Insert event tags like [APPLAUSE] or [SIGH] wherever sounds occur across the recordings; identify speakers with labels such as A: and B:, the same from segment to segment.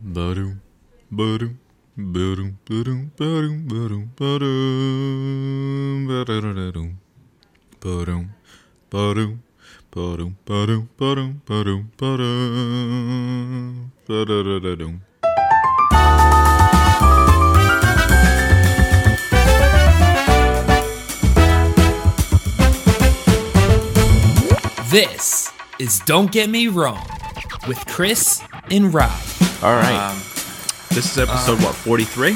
A: Ba-doom, ba-doom, ba-doom, ba-doom, ba-doom, ba-doom, ba-doom, ba-da-da-da-doom. Ba-doom, ba-doom, ba-doom, ba-doom, ba-doom, ba-doom, ba-doom, ba-da-da-da-doom.
B: This is Don't Get Me Wrong with Chris and Rob.
C: All right. Um, this is episode what forty three.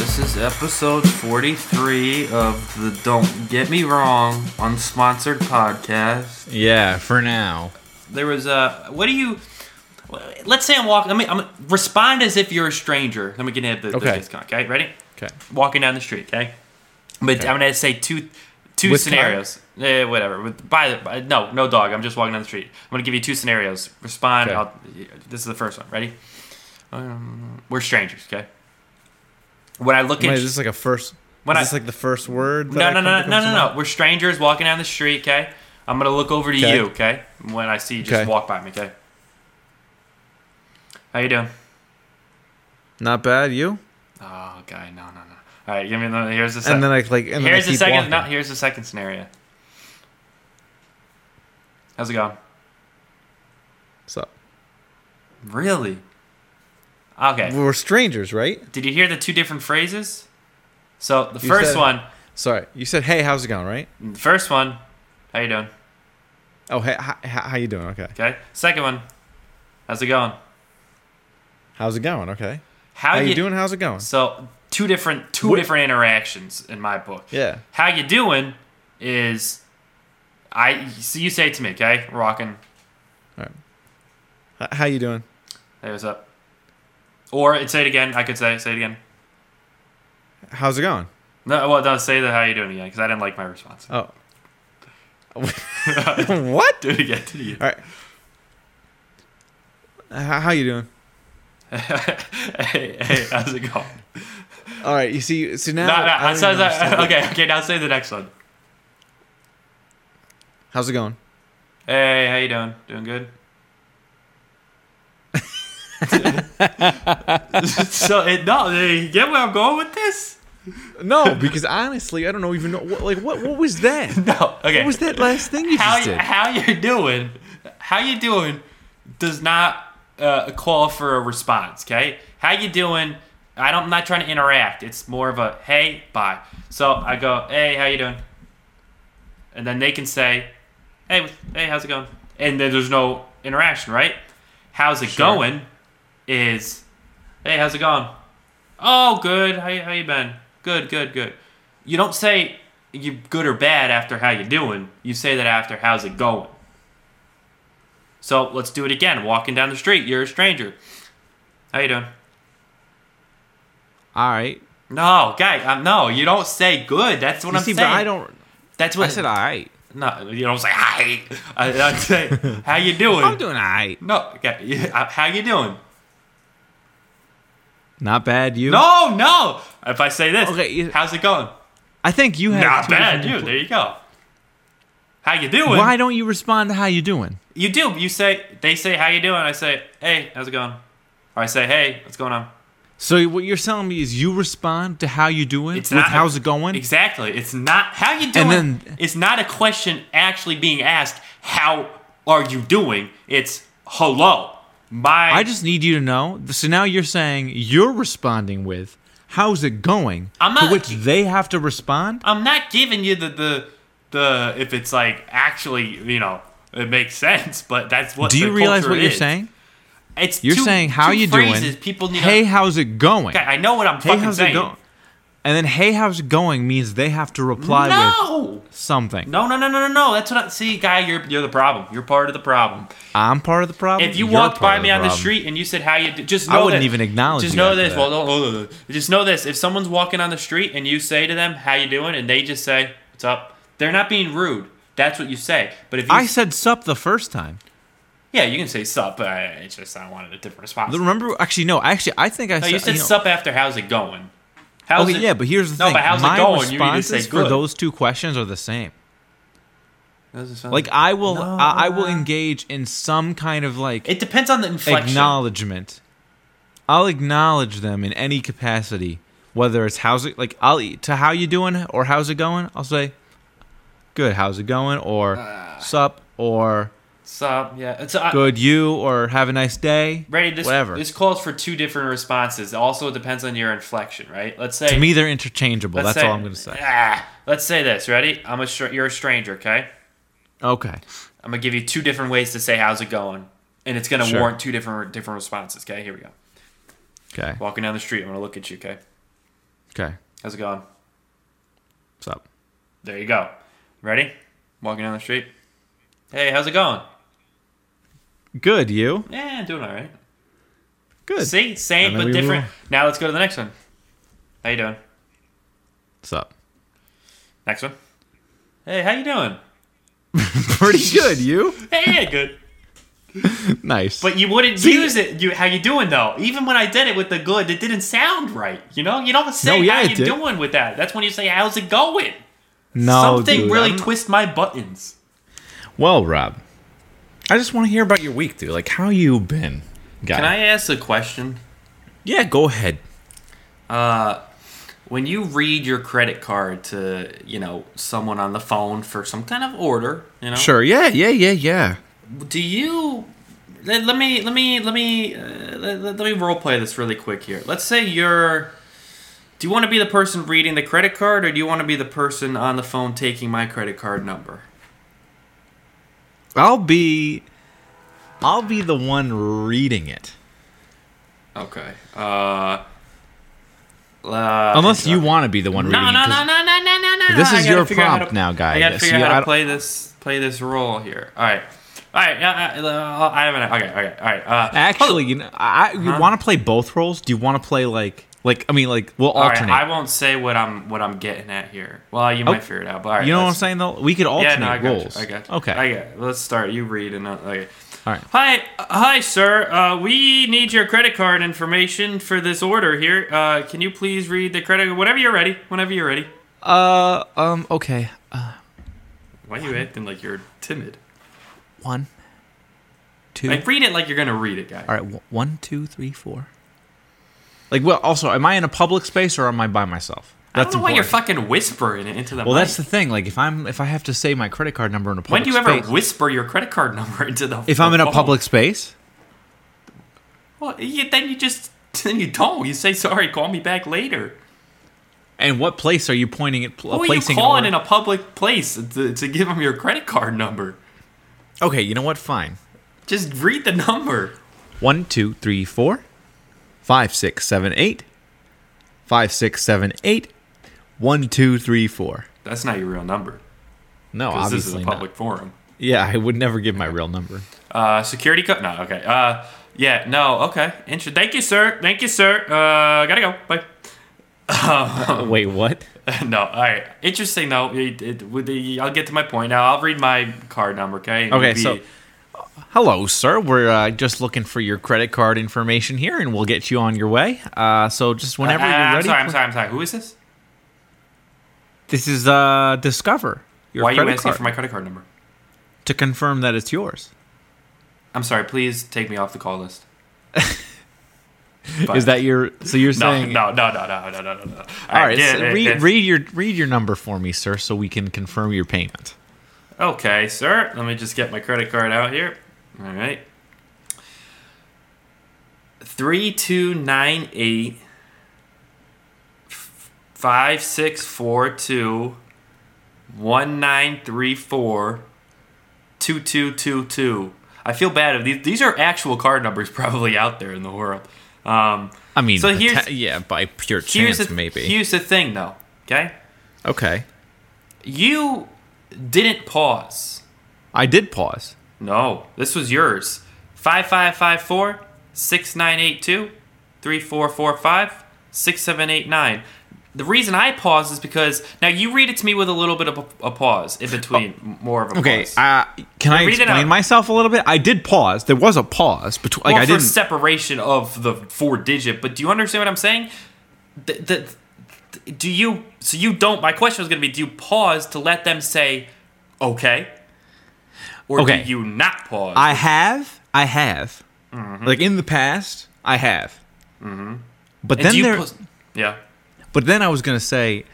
D: This is episode 43 of the Don't Get Me Wrong Unsponsored Podcast.
C: Yeah, for now.
D: There was a. What do you. Let's say I'm walking. Let me I'm, respond as if you're a stranger. Let me get into this
C: Okay.
D: discount. Okay, ready?
C: Okay.
D: Walking down the street. Okay, but I'm gonna say two two
C: With
D: scenarios. Eh, whatever. With, by, the- by no no dog. I'm just walking down the street. I'm gonna give you two scenarios. Respond.
C: Okay.
D: I'll, this is the first one. Ready? Um, we're strangers. Okay. When I look
C: Wait,
D: at
C: is this like a first?
D: When
C: is
D: I-
C: this like the first word?
D: no, no, no, no, no, no. We're strangers walking down the street, okay? I'm gonna look over to
C: Okay.
D: you, okay? When I see you, just
C: Okay.
D: walk by me, okay? How you doing?
C: Not bad. You.
D: Oh, guy, no, no, no. All right, give me the. Here's the.
C: And
D: second.
C: then I like.
D: here's
C: And then I
D: the
C: keep
D: second.
C: Walking.
D: No, here's the second scenario. How's it going?
C: What's up?
D: Really? Okay.
C: We're strangers, right?
D: Did you hear the two different phrases? So the
C: You
D: first
C: said-
D: one,
C: Sorry. You said, "Hey, how's it going?" Right?
D: the first one, how you doing?
C: Oh, hey, hi, hi- how you doing? Okay.
D: Okay. Second one, how's it going?
C: How's it going? Okay.
D: How,
C: How you
D: you
C: doing? How's it going?
D: So two different two
C: What-
D: different interactions in my book.
C: Yeah.
D: How you doing is I so you say it to me, okay? We're walking.
C: H- How you doing?
D: Hey, what's up? Or it say it again. I could say say it again.
C: How's it going?
D: No, well, don't say the how you doing again because I didn't like my response. [LAUGHS]
C: Oh. [LAUGHS] what?
D: Do it again. Do it again.
C: All right. H- How you doing?
D: [LAUGHS] hey, hey, how's it going?
C: All right. You see. So now.
D: no, no,
C: I don't
D: so-
C: even
D: so-
C: understand.
D: okay, okay. Now say the next one.
C: How's it going?
D: Hey, how you doing? Doing good. [LAUGHS] so it, no, you get where I'm going with this?
C: No, because honestly, I don't know even know what, like what what was that?
D: No. Okay.
C: What was that last thing you
D: how
C: just
D: you,
C: did?
D: how you doing? How you doing does not uh, call for a response. Okay. How you doing? I don't. I'm not trying to interact. It's more of a hey, bye. So I go, hey, how you doing? And then they can say, hey, wh- hey, how's it going? And then there's no interaction, right? How's it going? Is hey, how's it going? Oh, good. How you, how you been? Good, good, good. You don't say you good or bad after how you doing. You say that after how's it going. So let's do it again. Walking down the street, you're a stranger. How you doing?
C: All right.
D: No, guy. Um, no, you don't say good. That's what
C: You
D: I'm
C: see, but
D: saying.
C: I don't.
D: That's what
C: I said all right.
D: No, you don't say hi. I, I
C: [LAUGHS]
D: say how you doing.
C: I'm doing all right.
D: No, okay. [LAUGHS] you- uh, How you doing?
C: Not bad. You.
D: No, no. If I say this,
C: Okay, you-
D: how's it going?
C: I think you have.
D: Not
C: two
D: bad,
C: different-
D: dude. There you go. How you doing?
C: Why don't you respond to how you doing?
D: You do. You say they say how you doing. I say hey, how's it going? Or I say hey, what's going on?
C: So what you're telling me is you respond to how you doing
D: It's
C: with
D: not
C: how's it going.
D: Exactly. It's not how you doing.
C: And then-
D: it's not a question actually being asked. How are you doing? It's hello. My
C: I just need you to know. So now you're saying you're responding with how's it going,
D: I'm
C: to
D: not-
C: which they have to respond.
D: I'm not giving you the the the if it's like actually you know it makes sense, but that's what.
C: Do you
D: the
C: realize
D: culture
C: what you're
D: is.
C: saying?
D: It's
C: You're
D: two-
C: saying how
D: two
C: you
D: phrases
C: doing.
D: People need.
C: hey,
D: to,
C: how's it going?
D: I know what I'm
C: hey,
D: fucking
C: how's
D: saying.
C: it going? And then hey, how's it going means they have to reply with
D: No.
C: something.
D: No, no, no, no, no, no. That's what I see, guy. You're you're the problem. You're part of the problem.
C: I'm part of the problem.
D: If you
C: you're
D: walked
C: part
D: by
C: of
D: me on the
C: problem.
D: street and you said how you do, just
C: I
D: know
C: wouldn't
D: that-
C: even acknowledge
D: Just
C: you
D: know
C: after
D: this.
C: that.
D: Well, no, no, no, no. just know this. If someone's walking on the street and you say to them how you doing, and they just say what's up, they're not being rude. That's what you say. But if you,
C: I said sup the first time.
D: yeah, you can say sup. But I, it's just I wanted a different response. No,
C: Remember? Actually, no. Actually, I think I said.
D: you said
C: know-
D: sup after how's it going. How's
C: Okay,
D: it?
C: yeah, but here's the
D: No,
C: thing.
D: but how's it
C: My
D: going? You need to
C: responses
D: say
C: for
D: good.
C: those two questions are the same.
D: How's it sound?
C: Like I will, I, I will engage in some kind of like
D: it depends on the inflection.
C: acknowledgement. I'll acknowledge them in any capacity, whether it's how's it like I'll e, to how you doing or how's it going. I'll say, good, how's it going, or
D: Uh.
C: sup, or
D: So yeah, it's uh, I-
C: good you, or have a nice day.
D: Brady, this,
C: whatever.
D: this calls for two different responses. It also depends on your inflection, right? Let's say
C: to me, they're interchangeable.
D: let's
C: That's
D: say-
C: all I'm gonna say.
D: Ah, let's say this. Ready? I'm a str- you're a stranger, okay?
C: Okay.
D: I'm gonna give you two different ways to say how's it going, and it's gonna
C: Sure.
D: warrant two different different responses. Okay, here we go.
C: Okay.
D: Walking down the street, I'm gonna look at you. Okay,
C: Okay.
D: how's it going?
C: Sup.
D: There you go. Ready? Walking down the street. Hey, how's it going?
C: Good. You.
D: Yeah, doing all right.
C: Good.
D: See, same
C: And then
D: but
C: we
D: different.
C: will-
D: Now let's go to the next one. How you doing?
C: Sup.
D: Next one. Hey, how you doing?
C: Pretty [LAUGHS] good. You.
D: Hey, yeah, good.
C: Nice.
D: But you wouldn't use it. You how you doing though? Even when I did it with the good, it didn't sound right. You know, you don't say
C: No, yeah,
D: how
C: it
D: you
C: did.
D: doing with that. That's when you say how's it going.
C: no,
D: Something
C: dude,
D: really
C: I'm-
D: twist my buttons.
A: Well, Rob, I just want to hear about your week, dude. Like, how you been? Guy.
D: Can I ask a question?
A: Yeah, go ahead.
D: When you read your credit card to you know someone on the phone for some kind of order, you know,
A: Sure. Yeah, yeah, yeah, yeah.
D: do you let, let me let me let me uh, let, let me role play this really quick here let's say you're do you want to be the person reading the credit card or do you want to be the person on the phone taking my credit card number
C: I'll be. I'll be the one reading it.
D: okay uh uh,
C: Unless you want to be the one reading
D: no,
C: it.
D: no,
C: 'cause-
D: no, no, no, no, no, no.
C: This
D: I
C: is
D: gotta
C: your
D: figure out how
C: prompt
D: to-
C: now, guy.
D: I gotta
C: So
D: figure
C: you-
D: out
C: I
D: how to
C: don't-
D: play this play this role here. All right, all right. I, I, I have an okay. All right, all right. Uh,
C: Actually, you know, I you want to play both roles. Do you want to play like like I mean like we'll
D: all right.
C: alternate.
D: I won't say what I'm what I'm getting at here. Well, you might
C: Oh.
D: figure it out. But all right,
C: you know what I'm
D: let's-
C: saying though? We could
D: Yeah,
C: alternate
D: no, I got
C: roles.
D: you. I got you.
C: Okay.
D: I got you. Let's start. You read and I'll- okay.
C: All right.
D: Hi, uh, hi, sir. Uh, we need your credit card information for this order here. Uh, can you please read the credit? Whenever you're ready. Whenever you're ready.
C: Uh um okay. Uh,
D: Why are you acting like you're timid?
C: one, two.
D: Like read it like you're gonna read it, guy.
C: all right. w- One, two, three, four. Like well, also, am I in a public space or am I by myself?
D: I don't
C: That's
D: know why you're
C: important.
D: fucking whispering it into the.
C: well,
D: mic.
C: that's the thing. Like if I'm if I have to say my credit card number in a
D: When
C: public
D: do you ever
C: space-
D: whisper your credit card number into the?
C: if I'm in a
D: phone?
C: public space,
D: well, you, then you just then you don't. You say sorry. Call me back later.
C: and what place are you pointing at? Pl-
D: Who are you
C: placing an
D: calling
C: order?
D: in a public place to, to give them your credit card number?
C: okay, you know what? Fine.
D: Just read the number.
C: One, two, three, four, five, six, seven, eight, five, six, seven, eight, one, two, three, four.
D: That's not your real number.
C: No,
D: Because
C: obviously
D: this is a
C: not.
D: public forum.
C: Yeah, I would never give my real number.
D: Uh, security code? No, okay. Uh, yeah, no, okay. Intro- Thank you, sir. Thank you, sir. Uh, gotta go. Bye. [LAUGHS] Uh-uh.
C: Wait, what?
D: no, all right. Interesting, though. It, it, with the, I'll get to my point now. I'll read my card number, okay? It
C: Okay,
D: would be-
C: so- Hello, sir. We're uh, just looking for your credit card information here, and we'll get you on your way. Uh, so just
D: Uh,
C: whenever you're
D: I'm
C: ready.
D: sorry, I'm
C: pl-
D: sorry, I'm sorry. Who is this?
C: This is uh, Discover. Your
D: Why are you
C: credit
D: asking
C: card,
D: for my credit card number?
C: to confirm that
D: [LAUGHS]
C: it's yours?
D: I'm sorry, please take me off the call
C: [LAUGHS]
D: list.
C: Is that your? So you're
D: no,
C: saying?
D: no, no, no, no, no, no, no, no. All
C: All right.
D: yeah,
C: so
D: yeah,
C: read,
D: yeah.
C: read your read your number for me, sir, so we can confirm your payment.
D: Okay, sir. Let me just get my credit card out here. All right. Three two nine eight five six four two one nine three four two two two two. I feel bad. if These these are actual card numbers [LAUGHS] probably out there in the world. Um,
C: I mean,
D: So
C: pota-
D: here's-
C: yeah, by pure
D: here's
C: chance,
D: the,
C: maybe.
D: Here's the thing, though. Okay,
C: okay,
D: you didn't pause.
C: I did pause.
D: No, this was yours. 5554 6982 3445 6789. The reason I pause is because now you read it to me with a little bit of a, a pause in between, m- more of a
C: Oh, Okay,
D: pause.
C: uh, can I
D: read it out.
C: explain myself a little bit? I did pause. There was a pause between. Like
D: well,
C: I
D: for
C: didn't.
D: separation of the four digit, but do you understand what I'm saying? The, the, the- do you so you don't? My question was going to be: Do you pause to let them say okay, or
C: Okay.
D: do you not pause? Mm-hmm.
C: I have. I have. Like in the past, I have. But
D: And
C: then
D: Mm-hmm. do you
C: there,
D: post- yeah.
C: but then I was gonna say,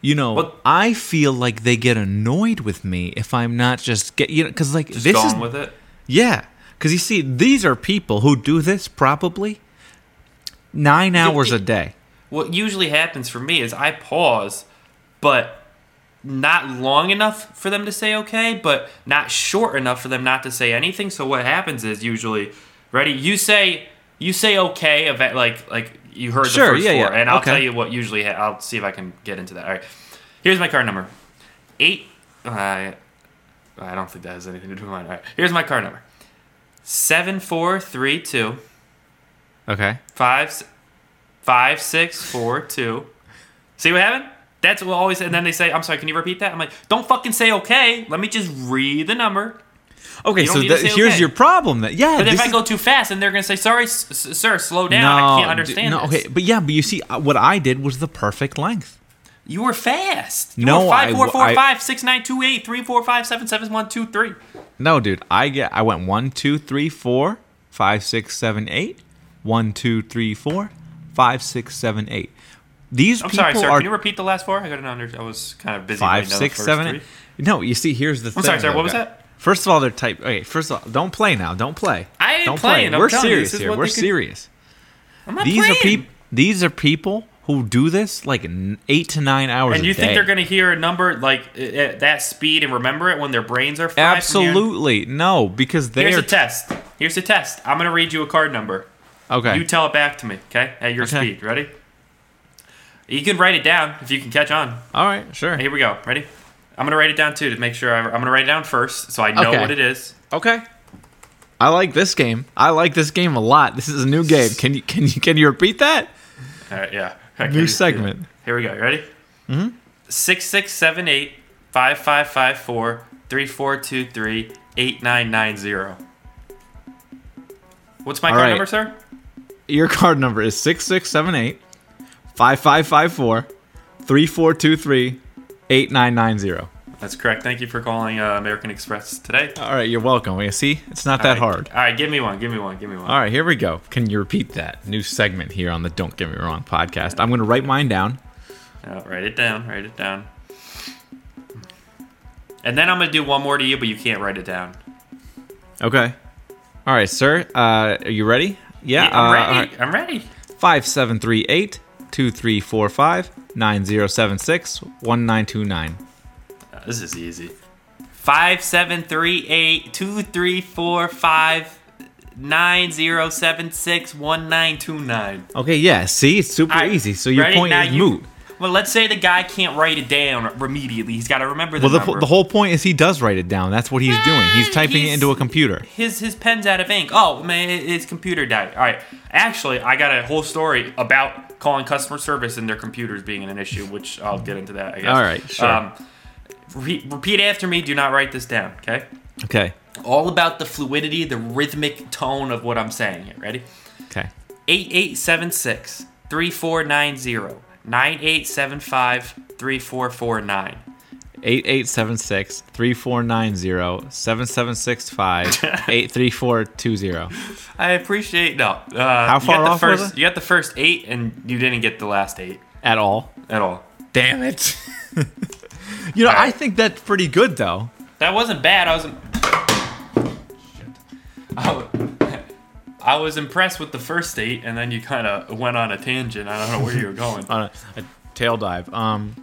C: you know,
D: But-
C: I feel like they get annoyed with me if I'm not just get you know because like
D: Just
C: this
D: going
C: is
D: with it.
C: yeah because you see these are people who do this probably nine hours a
D: it-
C: day.
D: What usually happens for me is I pause, but not long enough for them to say okay, but not short enough for them not to say anything. So what happens is usually, ready? You say you say okay, event like like you heard
C: Sure,
D: the first
C: yeah, yeah,
D: four, and I'll
C: okay.
D: tell you what usually. Ha- I'll see if I can get into that. All right, here's my card number, eight. Uh, I don't think that has anything to do with mine. All right, here's my card number, seven four three two
C: Okay.
D: five, s- five, six, four, two. See what happened? That's what always. And then they say, "I'm sorry, can you repeat that?" I'm like, "Don't fucking say okay. Let me just read the number."
C: Okay,
D: You don't
C: so
D: need to
C: that,
D: say
C: here's
D: okay.
C: your problem. That yeah,
D: But if
C: this
D: I
C: is-
D: go too fast, and they're gonna say, "Sorry, s- s- sir, slow down. I can't
C: d-
D: understand."
C: No,
D: this.
C: okay, but yeah, but you see, uh, what I did was the perfect length.
D: You were fast. You
C: No,
D: were
C: I
D: five, four,
C: w-
D: four,
C: I-
D: five, six, nine, two, eight, three, four, five, seven, seven, one, two, three.
C: No, dude, I get. I went one, two, three, four, five, six, seven, eight. One, two, three, four, five, six, seven, eight. These
D: I'm
C: people
D: sorry, sir.
C: are
D: Can you repeat the last four? I got under. I was kind of busy.
C: five,
D: writing down the
C: six,
D: first
C: seven,
D: three.
C: eight. No, you see, here's the thing.
D: sorry, sir,
C: though,
D: what was
C: guy.
D: that?
C: First of all, they're type. Okay, first of all, don't play now. Don't play.
D: I ain't
C: don't
D: playing, I'm
C: We're
D: telling you,
C: serious
D: this is
C: here.
D: what
C: We're
D: they could-
C: serious.
D: I'm not
C: These
D: playing.
C: are people. These are people who do this like n- eight to nine hours.
D: And
C: a
D: you think
C: day.
D: they're going to hear a number like at- at that speed and remember it when their brains are fried?
C: Absolutely no, because they
D: Here's
C: are
D: a test. Here's a test. I'm going to read you a card number.
C: okay.
D: You tell it back to me, okay? At your
C: Okay.
D: speed. Ready? You can write it down if you can catch on.
C: all right, sure.
D: Here we go. Ready? I'm going to write it down too to make sure I, I'm going to write it down first so I know
C: Okay.
D: what it is.
C: Okay. I like this game. I like this game a lot. This is a new game. Can you can you can you repeat that?
D: All right, yeah. Okay,
C: New
D: just do it.
C: segment.
D: Here we go. You ready? Mm-hmm. Six six seven eight five five five four three four two three eight nine nine zero. What's my
C: All
D: card
C: right.
D: number, sir?
C: Your card number is 6678 5554 3423 8990.
D: That's correct. Thank you for calling uh, American Express today.
C: All right, you're welcome. You see? It's not that
D: All right.
C: hard.
D: All right, give me one. Give me one. Give me one.
C: All right, here we go. Can you repeat that? New segment here on the Don't Get Me Wrong podcast. I'm going to write mine down.
D: Yeah, write it down. Write it down. And then I'm gonna do one more to you, but you can't write it down.
C: Okay. All right, sir. Uh, are you ready? Yeah.
D: I'm
C: uh, all
D: ready.
C: right.
D: I'm ready.
C: 5738 2345 9076 1929.
D: Uh, This is easy. Five seven three eight two three four five nine zero seven six one nine two nine.
C: Okay, yeah, see, it's super Oh, easy. So your point is moot.
D: Well, let's say the guy can't write it down immediately. He's got to remember the
C: Well, the,
D: number.
C: the whole point is he does write it down. That's what he's doing. He's typing it
D: he's-
C: into a computer.
D: his his pen's out of ink. Oh man, hi- his computer died. All right, actually, I got a whole story about calling customer service and their computers being an issue, which I'll get into that. I guess.
C: All right, sure.
D: Um, re- repeat after me. Do not write this down. Okay.
C: Okay,
D: all about the fluidity, the rhythmic tone of what I'm saying here. Ready?
C: okay.
D: 8876 3490 9875 3449.
C: 8876 3490 7765 83420.
D: I appreciate no. Uh, How
C: far
D: you got
C: off
D: the
C: was
D: first,
C: it?
D: You got the first eight, and you didn't get the last eight
C: At all.
D: at all.
C: Damn it. [LAUGHS] you know,
D: All right.
C: I think that's pretty good, though.
D: That wasn't bad. I was. I, wa- I was impressed with the first eight, and then you kind of went on a tangent. I don't know where you were
C: [LAUGHS]
D: going. All
C: On a, a tail dive. Um,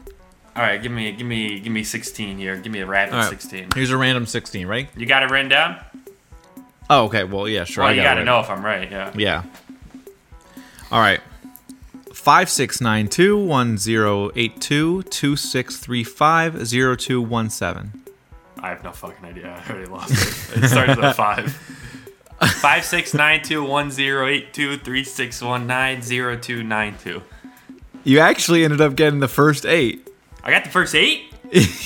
D: right, give me, give me, give me sixteen here. Give me a rapid
C: all right.
D: sixteen.
C: Here's a random 16, right?
D: You got it written down?
C: Oh, okay. Well, yeah, sure.
D: Well,
C: I
D: you
C: got
D: gotta
C: it.
D: know if I'm right, yeah.
C: Yeah. All right. Five six nine two one zero eight two two six three five zero two one seven.
D: I have no fucking idea. I already lost it. It starts
C: [LAUGHS]
D: at five. Five six nine two one zero eight two three six one nine zero two nine two.
C: You actually ended up getting the first eight. [LAUGHS]
D: I got the first eight.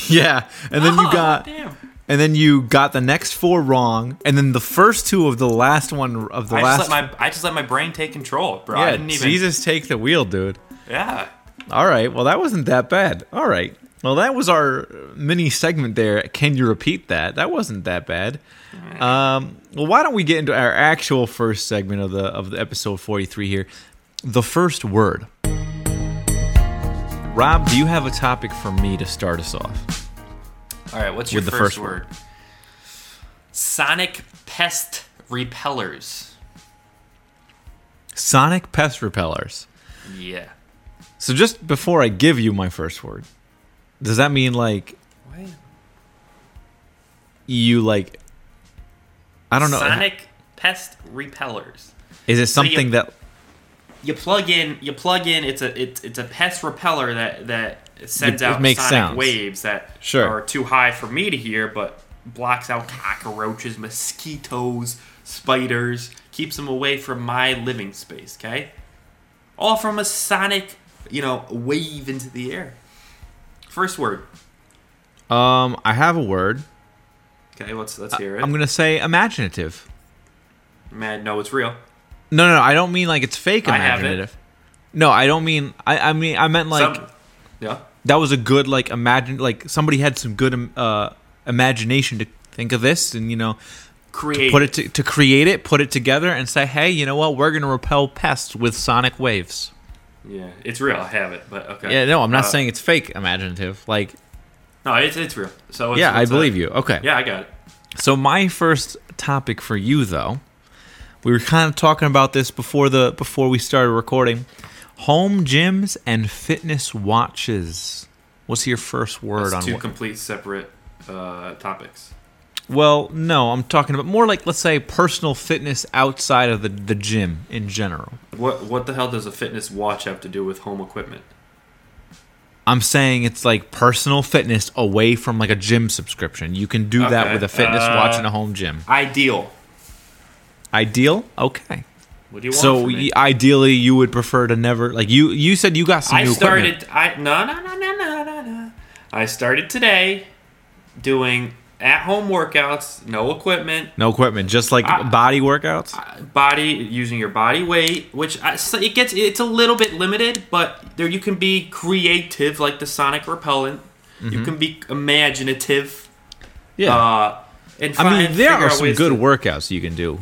C: yeah, and then
D: Oh,
C: you got,
D: damn.
C: and then you got the next four wrong, and then the first two of the last one of the
D: I
C: last.
D: just let my I just let my brain take control, bro. I
C: yeah,
D: didn't even.
C: Jesus, take the wheel, dude.
D: Yeah.
C: All right. Well, that wasn't that bad. All right. Well, that was our mini segment there. Can you repeat that? That wasn't that bad. Um, well, why don't we get into our actual first segment of the of the episode 43 here? The first word. Rob, do you have a topic for me to start us off?
D: All right, what's your
C: With the
D: first,
C: first
D: word? Sonic pest repellers.
C: Sonic pest repellers.
D: Yeah.
C: So just before I give you my first word, does that mean like
D: What?
C: you like I don't know.
D: Sonic pest repellers.
C: Is it something that
D: You plug in. You plug in. It's a it's, it's a pest repeller that that sends
C: It- it
D: out
C: makes
D: sonic
C: sounds.
D: waves that
C: Sure.
D: are too high for me to hear, but blocks out cockroaches, mosquitoes, spiders, keeps them away from my living space. Okay, all from a sonic you know wave into the air. First word.
C: um I have a word.
D: Okay, let's let's hear it.
C: I'm going to say imaginative.
D: Man, no, it's real.
C: No, no, no, I don't mean like it's fake
D: I have it.
C: imaginative. no, I don't mean I I mean I meant like
D: Some- yeah.
C: that was a good like imagine like somebody had some good um, uh imagination to think of this and you know
D: Create.
C: put it to, to create it, put it together and say, "Hey, you know what? We're going to repel pests with sonic waves."
D: Yeah, it's real. I have it, but okay.
C: Yeah, no, I'm not
D: Uh,
C: saying it's fake imaginative. Like,
D: No, it's it's real. So it's,
C: yeah, I
D: it's, uh,
C: believe you. Okay.
D: Yeah, I got it.
C: So my first topic for you though, we were kind of talking about this before the before we started recording. Home gyms and fitness watches. What's your first word
D: It's
C: on
D: two
C: what-
D: complete separate uh, topics.
C: Well, no, I'm talking about more like let's say personal fitness outside of the, the gym in general.
D: What what the hell does a fitness watch have to do with home equipment?
C: I'm saying it's like personal fitness away from like a gym subscription. You can do that
D: Okay.
C: with a fitness watch
D: Uh,
C: and a home gym.
D: Ideal.
C: Ideal? Okay.
D: What do you want?
C: So
D: from me?
C: y- ideally, you would prefer to never like you. You said you got some
D: I
C: new equipment.
D: started. I no no no no no no no. I started today doing at home workouts, no equipment,
C: No equipment, just like
D: I-
C: body workouts.
D: body using your body weight, which I, so it gets it's a little bit limited, but there you can be creative like the sonic repellent. You can be imaginative.
C: Mm-hmm. yeah,
D: Uh, and
C: I mean
D: find- figure
C: there are
D: out
C: some
D: ways
C: good
D: to-
C: workouts you can do.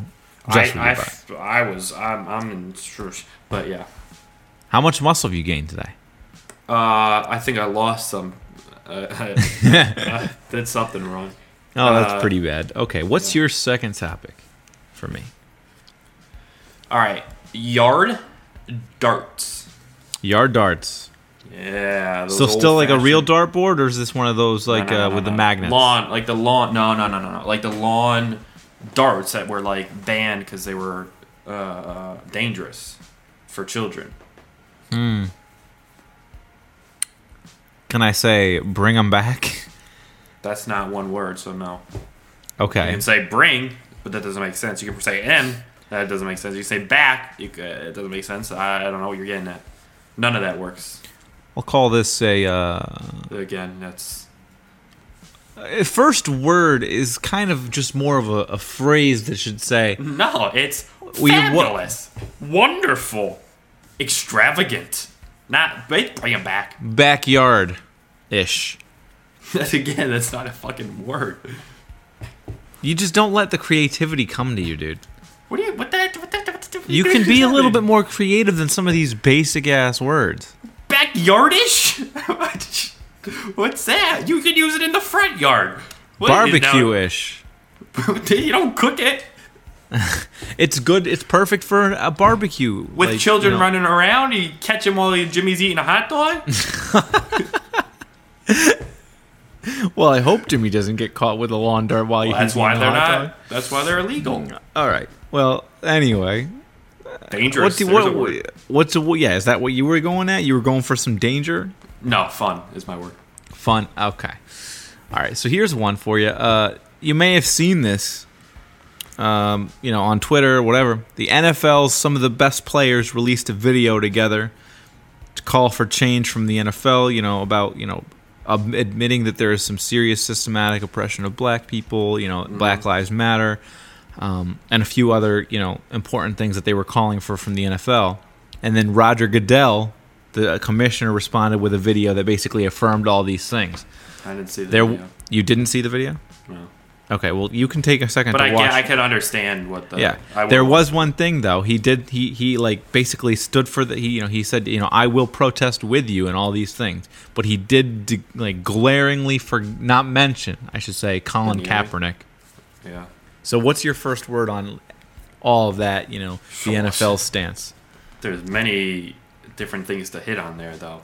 C: Just with your
D: I, I,
C: body.
D: f- I was I'm I'm in strush, but yeah.
C: How much muscle have you gained today?
D: Uh, I think I lost some. Uh, [LAUGHS] I,
C: [LAUGHS]
D: did something wrong.
C: Oh, that's
D: Uh,
C: pretty bad. Okay, what's your second topic for me?
D: All right, yard darts.
C: Yard darts.
D: Yeah. those
C: So still like a real
D: old-fashioned-
C: dartboard, or is this one of those like
D: No, no,
C: uh,
D: no,
C: with
D: no,
C: the
D: no.
C: magnets?
D: Lawn, like the lawn. No, no, no, no, no. Like the lawn darts that were like banned because they were uh, uh, dangerous for children.
C: Can I say bring them back? [LAUGHS]
D: That's not one word, so no. You
C: Okay.
D: can say bring, but that doesn't make sense. You can say in, that doesn't make sense. You can say back, you, c- uh, it doesn't make sense. I, I don't know what you're getting at. None of that works.
C: I'll call this a uh,
D: Again, that's
C: first word is kind of just more of a, a phrase that should say
D: no. It's
C: We- what-
D: fabulous, wonderful, extravagant. Not ba- bring it back. [LAUGHS]
C: backyard ish.
D: That's again. That's not a fucking word.
C: You just don't let the creativity come to you, dude.
D: What do you? What that? What that? What that
C: You can be a little bit more creative than some of these basic ass words.
D: backyardish. [LAUGHS] What's that? You can use it in the front yard. What is it now?
C: Barbecue ish.
D: [LAUGHS] you don't cook it.
C: It's good. It's perfect for a barbecue
D: with
C: like,
D: children
C: you know.
D: running around. You catch him while he- Jimmy's eating a hot
C: [LAUGHS]
D: dog.
C: Well, I hope Jimmy doesn't get caught with a lawn dart while you.
D: That's why they're not. That's why they're illegal.
C: All right. Well, anyway,
D: Dangerous.
C: what, do,
D: There's
C: what
D: a word.
C: what's a, yeah? Is that what you were going at? You were going for some danger,
D: No, fun is my word.
C: fun. Okay. All right. So here's one for you. Uh, you may have seen this, um, you know, on Twitter or whatever. The NFL's some of the best players released a video together to call for change from the NFL. You know about you know ab- admitting that there is some serious systematic oppression of black people. You know, Black Lives Matter. um, and a few other you know important things that they were calling for from the NFL. And then Roger Goodell the uh, commissioner responded with a video that basically affirmed all these things.
D: I didn't see the
C: There,
D: video.
C: you didn't see the video.
D: No.
C: Okay, well, you can take a second
D: But
C: to
D: I
C: watch.
D: can, I could understand what the
C: yeah,
D: I
C: there
D: will-
C: was one thing though. He did. He he like basically stood for the. He you know he said you know I will protest with you and all these things. But he did de- like glaringly for not mention I should say Colin
D: Yeah.
C: Kaepernick.
D: yeah.
C: So what's your first word on all of that? You know the NFL stance.
D: There's many different things to hit on there though.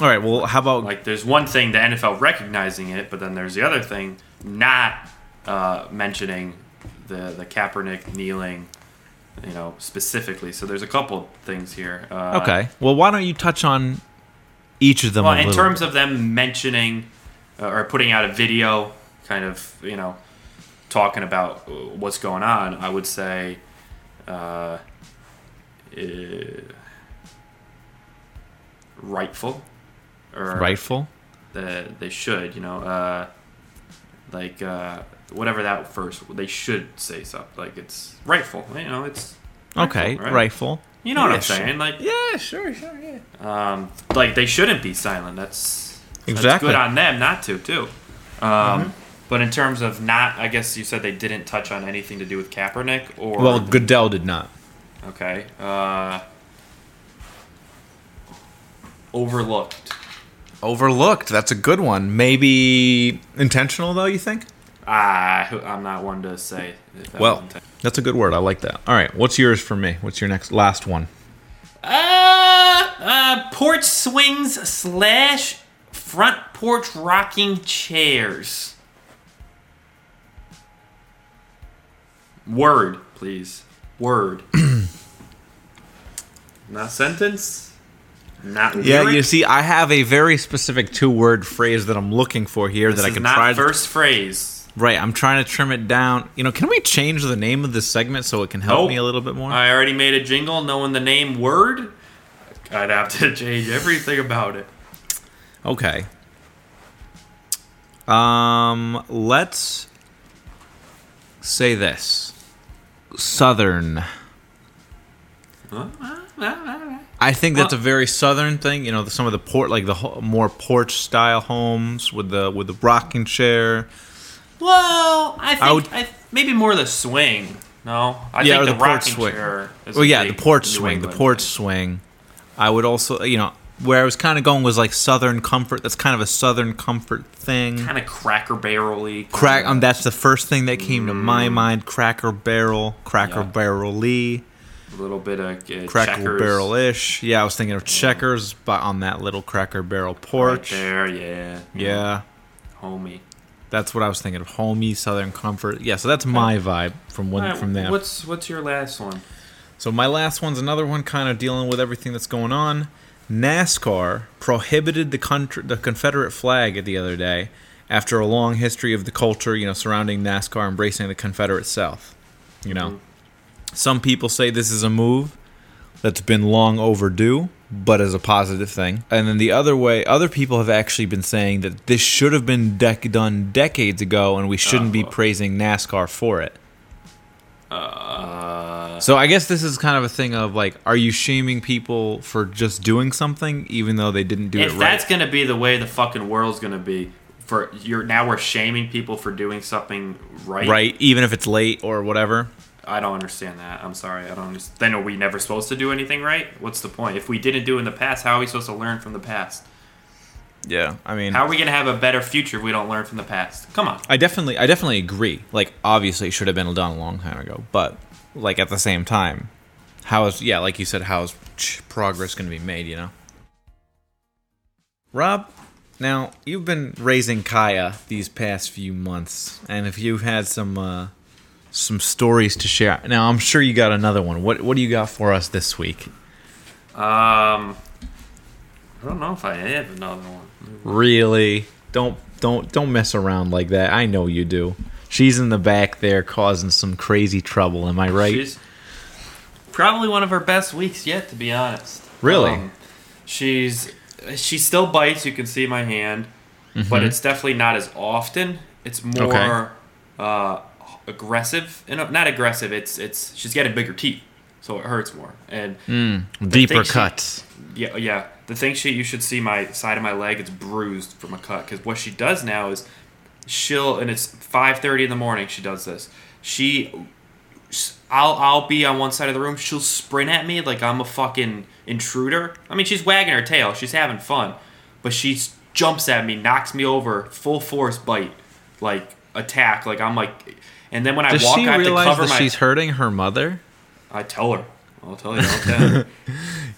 C: All right. Well, how about
D: Like there's one thing the NFL recognizing it, but then there's the other thing not uh, mentioning the the Kaepernick kneeling, you know, specifically. So there's a couple things here. Uh,
C: okay? Well, why don't you touch on each of them?
D: Well,
C: a
D: in
C: little
D: terms of them mentioning uh, or putting out a video, kind of you know, talking about uh, what's going on, I would say, uh, uh, rightful or
C: bit? rightful?
D: the, they should, you know, uh, like uh, whatever that first they should say something like it's rightful, you know, it's rightful,
C: Okay,
D: right?
C: rightful.
D: You know what
C: Yeah,
D: I'm saying? Like
C: Yeah, sure, sure, yeah.
D: um, like they shouldn't be silent. That's that's
C: Exactly. Mm-hmm.
D: good on them not to too. Um, But in terms of not, I guess you said they didn't touch on anything to do with Kaepernick or
C: Well, Goodell did not.
D: okay, uh, overlooked.
C: Overlooked. That's a good one. Maybe intentional, though. You think?
D: Ah, who- I'm not one to say. If that
C: Well,
D: wasn't-
C: that's a good word. I like that. All right. What's yours for me? What's your next last one?
D: uh, uh, porch swings slash front porch rocking chairs. Word, please. Word. [CLEARS THROAT] not sentence. Not
C: Yeah.
D: lyric.
C: You see, I have a very specific two-word phrase that I'm looking for here
D: This
C: that I
D: is
C: can
D: not
C: try. To,
D: verse phrase.
C: right. I'm trying to trim it down. You know, can we change the name of this segment so it can help
D: Nope. Uh,
C: me a little bit more?
D: I already made a jingle knowing the name word. I'd have to [LAUGHS] change everything about it.
C: Okay. Um, let's say this. Southern.
D: Uh,
C: I think that's a very southern thing. You know, the- some of the port, like the ho- more porch style homes with the with the rocking chair.
D: Well, I think I
C: would-
D: maybe more the swing. No, I
C: Yeah, or
D: think
C: the
D: the,
C: porch
D: rocking
C: swing.
D: chair. Is
C: Well,
D: a
C: yeah, the
D: big
C: porch
D: New
C: swing, the
D: England
C: porch
D: thing.
C: swing. I would also, you know, where I was kind of going was like southern comfort. That's kind of a southern comfort thing.
D: kind of Cracker Barrel-y.
C: Crack. Um, that's the first thing that came to my mind. Cracker Barrel, Cracker
D: Mm. Yeah.
C: Barrel Lee,
D: a little bit of uh,
C: Cracker
D: checkers
C: Barrel ish. Yeah, I was thinking of Checkers, but on that little Cracker Barrel
D: right
C: porch.
D: there. Yeah, mm,
C: yeah,
D: homie.
C: that's what I was thinking of. Homey Southern Comfort. Yeah, so that's my vibe from one
D: All right,
C: from that.
D: What's what's your last one?
C: So my last one's another one, kind of dealing with everything that's going on. NASCAR prohibited the country, the Confederate flag the other day, after a long history of the culture, you know, surrounding NASCAR embracing the Confederate South. You know,
D: Mm-hmm.
C: some people say this is a move that's been long overdue, but is a positive thing. And then the other way, other people have actually been saying that this should have been dec- done decades ago, and we shouldn't
D: Uh-huh.
C: be praising NASCAR for it.
D: Uh.
C: So I guess this is kind of a thing of like, are you shaming people for just doing something even though they didn't do
D: If
C: it
D: that's
C: right?
D: gonna be the way the fucking world's gonna be, for you're now we're shaming people for doing something right.
C: Right, even if it's late or whatever.
D: I don't understand that. I'm sorry. I don't. Understand. Then are we never supposed to do anything right? What's the point? If we didn't do in the past, how are we supposed to learn from the past?
C: Yeah, I mean,
D: How are we gonna have a better future if we don't learn from the past? Come on.
C: I definitely, I definitely agree. Like, obviously, it should have been done a long time ago, but like at the same time, how is yeah, like you said, how is ch- progress going to be made? You know, Rob. Now you've been raising Kaya these past few months, and if you've had some uh, some stories to share, now I'm sure you got another one. What what do you got for us this week?
D: Um, I don't know if I have another one.
C: Really, don't don't don't mess around like that. I know you do. She's in the back there causing some crazy trouble. Am I right?
D: She's probably one of her best weeks yet, to be honest. Um,
C: Really?
D: she's she still bites. You can see my hand, but it's definitely not as often. It's more
C: Mm-hmm. Okay.
D: uh, aggressive. And not aggressive. It's it's she's getting bigger teeth. so it hurts more. And
C: Hmm.
A: Deeper
D: things-
A: cuts.
D: yeah, yeah. The thing she, you should see my side of my leg. It's bruised from a cut. Because what she does now is, she'll and it's five thirty in the morning. She does this. She, I'll I'll be on one side of the room. She'll sprint at me like I'm a fucking intruder. I mean, she's wagging her tail. She's having fun, but she s- jumps at me, knocks me over, full force bite, like attack. Like I'm like, and then when I
C: Does
D: walk,
C: she
D: I have to
C: realize
D: cover
C: that
D: my.
C: she's hurting her mother?
D: I tell her. I'll tell you. I'll tell her.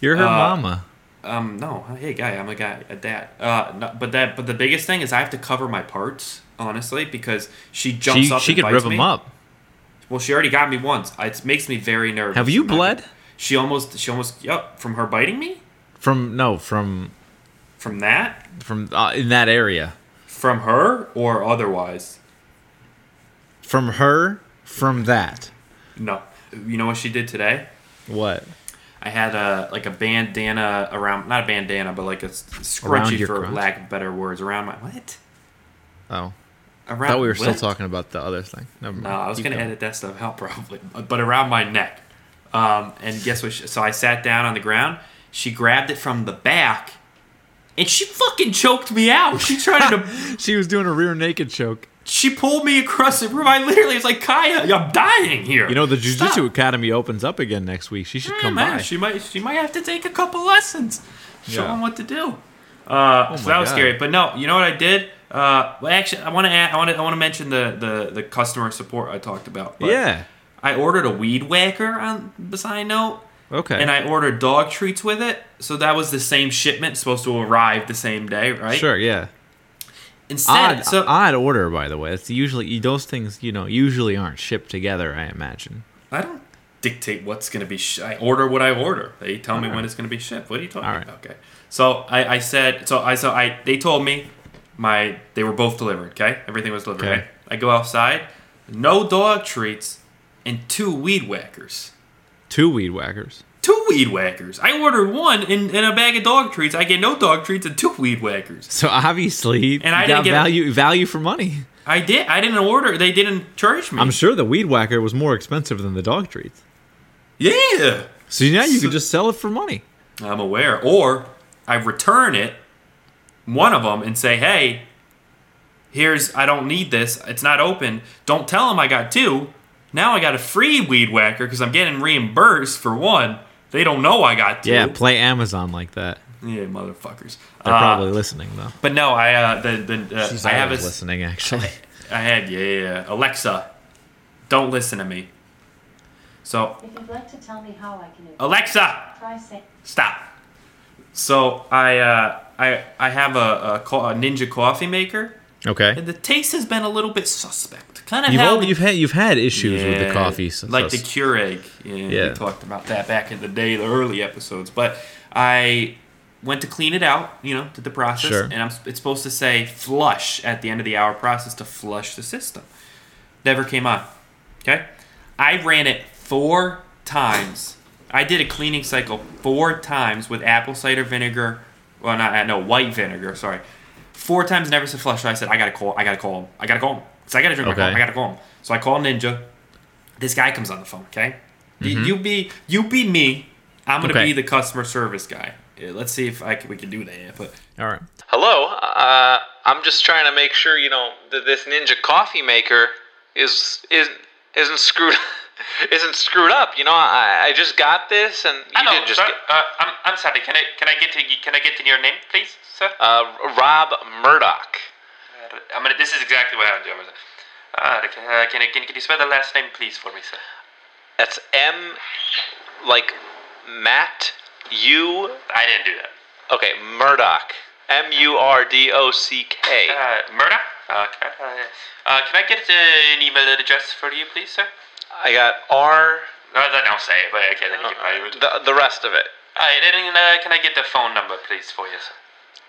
C: You're her
D: Uh,
C: mama.
D: Um, no, hey guy, I'm a guy at that. Uh, no, but that, but the biggest thing is I have to cover my parts honestly because she jumps
C: She,
D: up.
C: she
D: and
C: could
D: bites
C: rip
D: me.
C: him up.
D: Well, she already got me once. It makes me very nervous.
C: Have you
D: I'm not-
C: bled?
D: She almost, she almost, yep, from her biting me,
C: From no, from
D: from that,
C: from uh, in that area.
D: from her, or otherwise.
C: From her, from that.
D: No, you know what she did today?
C: What?
D: I had a like a bandana around, not a bandana, but like a s-
C: Around
D: scrunchie
C: your
D: for
C: crotch?
D: lack of better words, around my what?
C: Oh, I
D: Around.
C: thought we were still
D: what?
C: talking about the other thing. Never mind.
D: No, Uh, I was
C: Keep
D: gonna
C: going.
D: edit that stuff out [LAUGHS] probably, but around my neck. Um, and guess what? She, so I sat down on the ground. She grabbed it from the back, and she fucking choked me out. She tried
C: [LAUGHS]
D: to.
C: She was doing a rear naked choke.
D: she pulled me across the room. I literally was like, Kaya, I'm dying here.
C: You know the Jiu Jitsu
D: Stop.
C: Academy opens up again next week. She should
D: Yeah,
C: come
D: man,
C: by.
D: She might. She might have to take a couple lessons. Show
C: Yeah. Oh
D: them what to do. Uh, so
C: my
D: that was
C: God.
D: scary. But no, you know what I did? Uh, well, actually, I want to. I want to. I want to mention the, the the customer support I talked about. But
C: yeah.
D: I ordered a weed whacker on the side note,
C: Okay.
D: and I ordered dog treats with it. So that was the same shipment, supposed to arrive the same day, right?
C: sure. Yeah.
D: Instead,
C: Odd,
D: so
C: odd order, by the way. It's usually those things. You know, usually aren't shipped together. I imagine.
D: I don't dictate what's going to be. Sh- I order what I order. They tell me when it's going to be shipped. What are you talking
C: All right.
D: about? Okay. So I, I said. So I. So I. They told me my. They were both delivered. Okay. Everything was delivered.
C: Okay.
D: right? I go outside. No dog treats and two weed whackers.
C: Two weed whackers.
D: Two weed whackers. I ordered one and, and a bag of dog treats. I get no dog treats and two weed whackers.
C: So obviously,
D: And I
C: you
D: didn't
C: got
D: get a-
C: value value for money.
D: I did. I didn't order. They didn't charge me.
C: I'm sure the weed whacker was more expensive than the dog treats.
D: yeah.
C: So now you can just sell it for money.
D: I'm aware. Or I return it, one of them, and say, hey, here's, I don't need this. It's not open. Don't tell them I got two. Now I got a free weed whacker because I'm getting reimbursed for one. They don't know I got two.
C: Yeah, play Amazon like that.
D: Yeah, motherfuckers.
C: They're
D: Uh,
C: probably listening though.
D: but no, I uh, the, the, uh,
C: She's
D: I have a,
C: always listening actually.
D: [LAUGHS] I had yeah, yeah, yeah. Alexa, don't listen to me. So
E: If you'd like to tell me how I can
D: Alexa,
E: try saying.
D: stop. So I uh, I I have a, a, co- a ninja coffee maker,
C: Okay.
D: and the taste has been a little bit suspect. Kind of
C: You've
D: how
C: al- you've had you've had issues with the
D: Yeah,
C: coffee, so-
D: like the
C: so-
D: Keurig. Yeah,
C: Yeah.
D: we talked about that back in the day, the early episodes. But I went to clean it out, you know, did the process,
C: Sure.
D: and I'm it's supposed to say flush at the end of the hour process to flush the system. Never came on. Okay, I ran it four times. I did a cleaning cycle four times with apple cider vinegar. Well, not uh, no white vinegar. Sorry, four times never said flush. So I said I gotta call. I gotta call him. I gotta call him. So I gotta drink my
C: Okay.
D: coffee. I gotta call him. So I call Ninja. This guy comes on the phone. Okay, Y- you be you be me. I'm gonna
C: Okay.
D: be the customer service guy. Yeah, let's see if I can, we can do that. Yeah, but
C: All right. Hello. Uh, I'm just trying to make sure you know that this Ninja coffee maker is isn't isn't screwed [LAUGHS] isn't screwed up. You know, I I just got this and you did just get,
D: uh, I'm, I'm sorry. Can I can I get to can I get to your name, please, sir?
C: uh Rob Murdoch.
D: I'm gonna. This is exactly what I'm doing. Uh, can, uh, can, can, can you spell the last name, please, for me, sir?
C: That's M like Matt U
D: I didn't do that.
C: Okay, Murdoch. M U R D O C K.
D: Uh, murder? Okay. Uh, uh, can I get uh, an email address for you, please, sir?
C: I got R Uh,
D: Uh, then I'll say it, but okay, then you can probably read it.
C: the the rest of it.
D: Alright, then uh, can I get the phone number, please, for you, sir?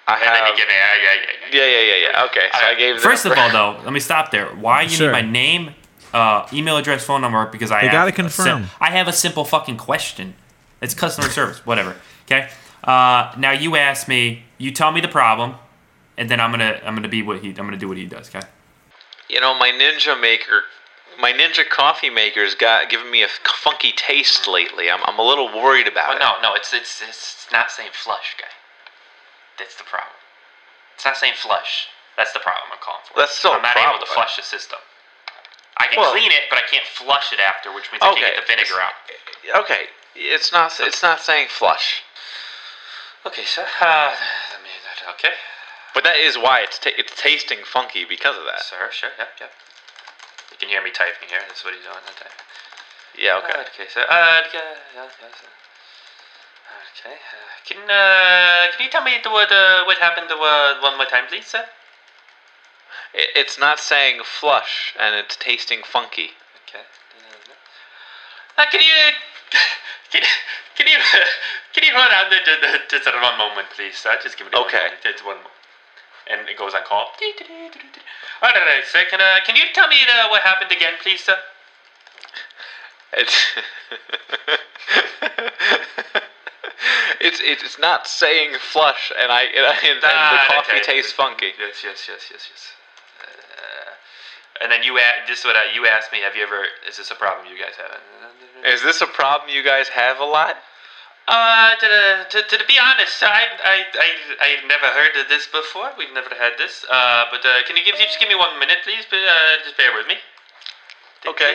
C: I
D: And then you
C: have
D: give me, uh, yeah, yeah, Uh, yeah.
C: Yeah, yeah, yeah, yeah. Okay, so I gave the
D: First of all,
F: [LAUGHS]
C: [LAUGHS]
D: though, let me stop there. Why you
C: Sure.
D: need my name, uh, email address, phone number? Because I
C: They
D: have
C: gotta
D: a sim-
C: confirm.
D: I have a simple fucking question. It's customer service, whatever. Okay. Uh, now you ask me. You tell me the problem, and then I'm gonna I'm gonna be what he I'm gonna do what he does. Okay.
C: you know, my ninja maker My Ninja coffee maker's got giving me a funky taste lately. I'm, I'm a little worried about
F: But no, no, it's it's it's not saying flush, guy. That's the problem. It's not saying flush. That's the problem I'm calling for.
C: That's still a
F: I'm not able
C: problem.
F: to flush the system. I can
C: Well-
F: clean it, but I can't flush it after, which means I
C: Okay.
F: can't get the vinegar out.
C: it. Okay, it's not it's not saying flush,
F: Okay, so uh, let me. Okay,
C: but that is why it's ta- it's tasting funky because of that.
F: sir, sure, yep, yep. You can hear me typing here. That's what he's doing. That type.
C: Yeah,
F: Okay.
C: okay.
F: okay, so uh, okay, yeah, yeah, so- okay. Uh, can uh, can you tell me the, what uh, what happened to, uh, one more time, please, sir?
C: It, it's not saying flush, and it's tasting funky.
F: Okay. Uh, can you can, can you [LAUGHS] can you hold on the, the, the, just one moment, please? Sir? Just give me one
C: Okay.
F: moment. Just one moment. And it goes on call. All right, sir. Can, uh, can you tell me uh, what happened again, please, sir?
C: It's it's it's it's not saying flush, and I and, I, and
F: Ah,
C: the coffee
F: okay.
C: tastes funky.
F: Yes, yes, yes, yes, yes. Uh, and then you a just what uh, you asked me. Have you ever? Is this a problem you guys have?
C: Is this a problem you guys have a lot?
F: Uh, to, to, to, to be honest, I I I I've never heard of this before. We've never had this. Uh, but uh, can you give you just give me one minute, please? But, uh, just bear with me.
C: Okay.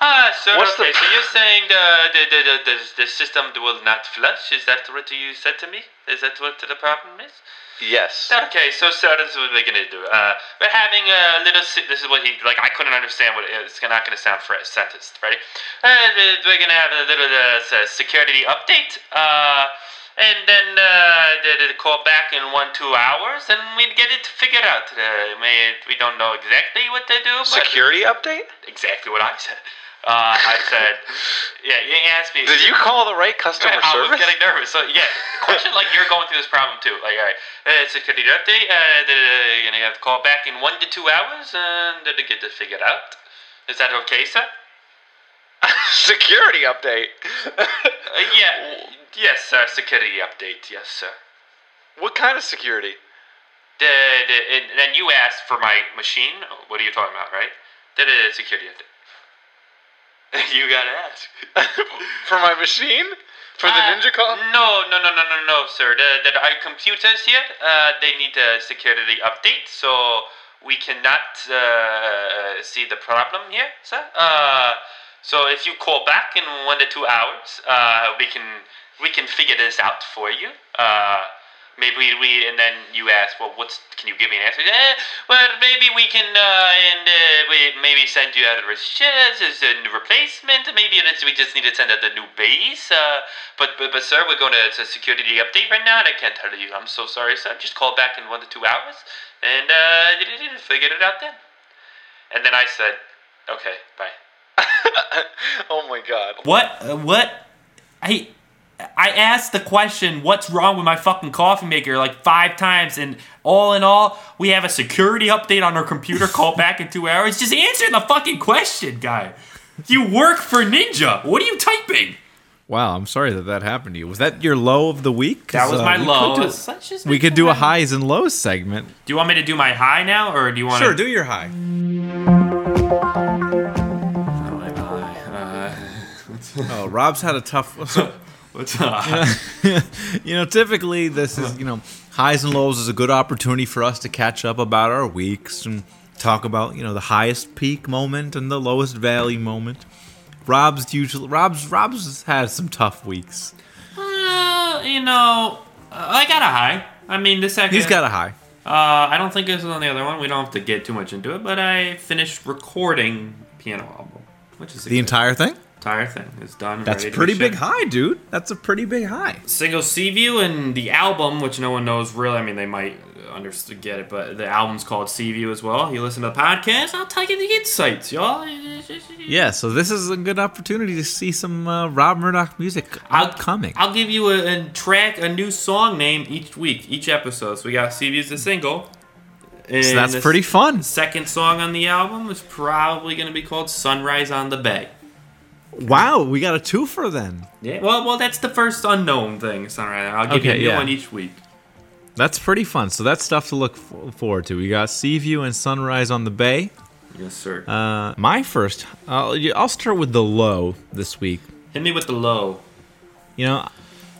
F: Ah, sir.
C: What's the-
F: okay, so you're saying uh, the, the, the the the system will not flush? Is that what you said to me? Is that what the problem is?
C: Yes.
F: Okay, so sir, this is what we're gonna do. Uh, we're having a little. si- This is what he like. I couldn't understand what it, it's not gonna sound for a sentence. Ready? Uh, we- we're gonna have a little uh, s- uh, security update. Uh, and then uh, the, the call back in one two hours, and we'd get it figured out. Uh, we, we don't know exactly what to do. But
C: Security update?
F: Exactly what I said. Uh, I said, [LAUGHS] yeah. You asked me.
C: Did you call the right customer
F: I was
C: service?
F: getting nervous. So yeah, question like you're going through this problem too. Like, all right, uh, it's a good update. Uh, da- da- da, you're gonna have to call back in one to two hours and uh, to get this figured out. Is that okay, sir?
C: [LAUGHS] Security update. [LAUGHS]
F: Uh, yeah. Yes, sir. Security update. Yes, sir.
C: what kind of security?
F: The, the, and then you asked for my machine. What are you talking about, right? The, the security update. [LAUGHS] you gotta ask.
C: [LAUGHS] For my machine? For the
F: Uh,
C: ninja call?
F: No, no, no, no, no, no, sir. The, the, our computers here, uh, they need a security update, so we cannot uh, see the problem here, sir. Uh, so if you call back in one to two hours, uh, we can we can figure this out for you. Uh, maybe we and then you ask, well, what's? Can you give me an answer? Eh, well, maybe we can uh, and uh, we maybe send you out of shares as a new replacement. Maybe it's, we just need to send out the new base. Uh, but, but but sir, we're going to it's a security update right now, and I can't tell you. I'm so sorry, sir. Just call back in one to two hours, and uh, figure it out then. And then I said, okay, bye.
C: [LAUGHS] oh my god.
D: What? Uh, what? I I asked the question, "What's wrong with my fucking coffee maker?" like five times, and all in all, we have a security update on our
A: [LAUGHS]
D: computer. Call back in two hours. Just answer the fucking question, guy. You work for Ninja. What are you typing?
C: Wow, I'm sorry that that happened to you.
A: Was that your low of the week? 'Cause,
D: That was
A: uh,
D: my
A: we could
D: low.
A: do-
D: Let's- let's just
C: We
D: make
C: could
D: it
C: do a
D: happen.
C: highs and lows segment.
D: Do you want me to do my high now, or do you want
A: Sure,
D: to?
A: do your high. Oh, Rob's had a tough. so, [LAUGHS]
D: What's uh,
C: You know, typically this is, you know, highs and lows is a good opportunity for us to catch up about our weeks and talk about, you know, the highest peak moment and the lowest valley moment. Rob's usually Rob's Rob's had some tough weeks.
D: uh, you know, I got a high. I mean, this second
C: He's got a high.
D: Uh, I don't think this is on the other one. We don't have to get too much into it, but I finished recording piano album, which is
C: The entire thing?
D: entire thing is done. and
A: that's
D: ready to
A: pretty
D: be
A: big
D: shipped.
A: high, dude. That's a pretty big high.
D: Single Sea View and the album, which no one knows really. I mean, they might understand get it, but the album's called Sea View as well. You listen to the podcast, I'll tell you the insights, y'all.
C: Yeah, so this is a good opportunity to see some uh, Rob Murdoch music outcoming.
D: I'll give you a, a track, a new song name each week, each episode. So we got Sea View's the single. And
C: so that's
D: the
C: pretty fun.
D: Second song on the album is probably going to be called Sunrise on the Bay.
C: Wow, we got a twofer then.
D: Yeah. Well, well, that's the first unknown thing. It's not right. I'll give you
C: Okay,
D: a new
C: yeah.
D: one each week.
C: That's pretty fun. So that's stuff to look f- forward to. We got Sea View and Sunrise on the Bay.
D: Yes, sir.
C: Uh, my first, I'll, I'll start with the low this week.
D: Hit me with the low.
C: You know,
D: All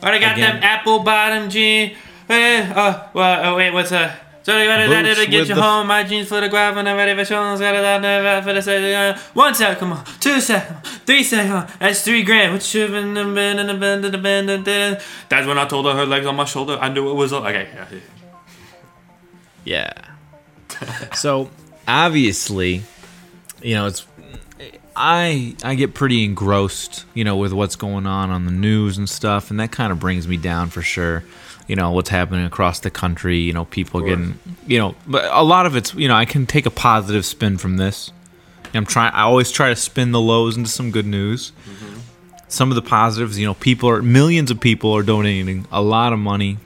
D: right, I got
C: Again.
D: them apple bottom jeans. Eh, uh, well, oh, wait, what's uh? So they gotta let
C: Boots
D: it get
C: with
D: you
C: the-
D: home. My jeans for the grab and I'm ready for shows. Gotta let never for the second. uh, One sec, come on. Two sec, come on. three sec, come on. That's three grand. What you been in the bend and the bend and the bend and then. That's when I told her her legs on my shoulder. I knew it was up. Okay, yeah, yeah.
C: Yeah. so obviously, you know, it's I I get pretty engrossed, you know, with what's going on on the news and stuff, and that kind of brings me down for sure. You know what's happening across the country. You know people getting, you know, but a lot of it's, you know, I can take a positive spin from this. I'm trying. I always try to spin the lows into some good news.
D: Mm-hmm.
C: Some of the positives, you know, people are millions of people are donating a lot of money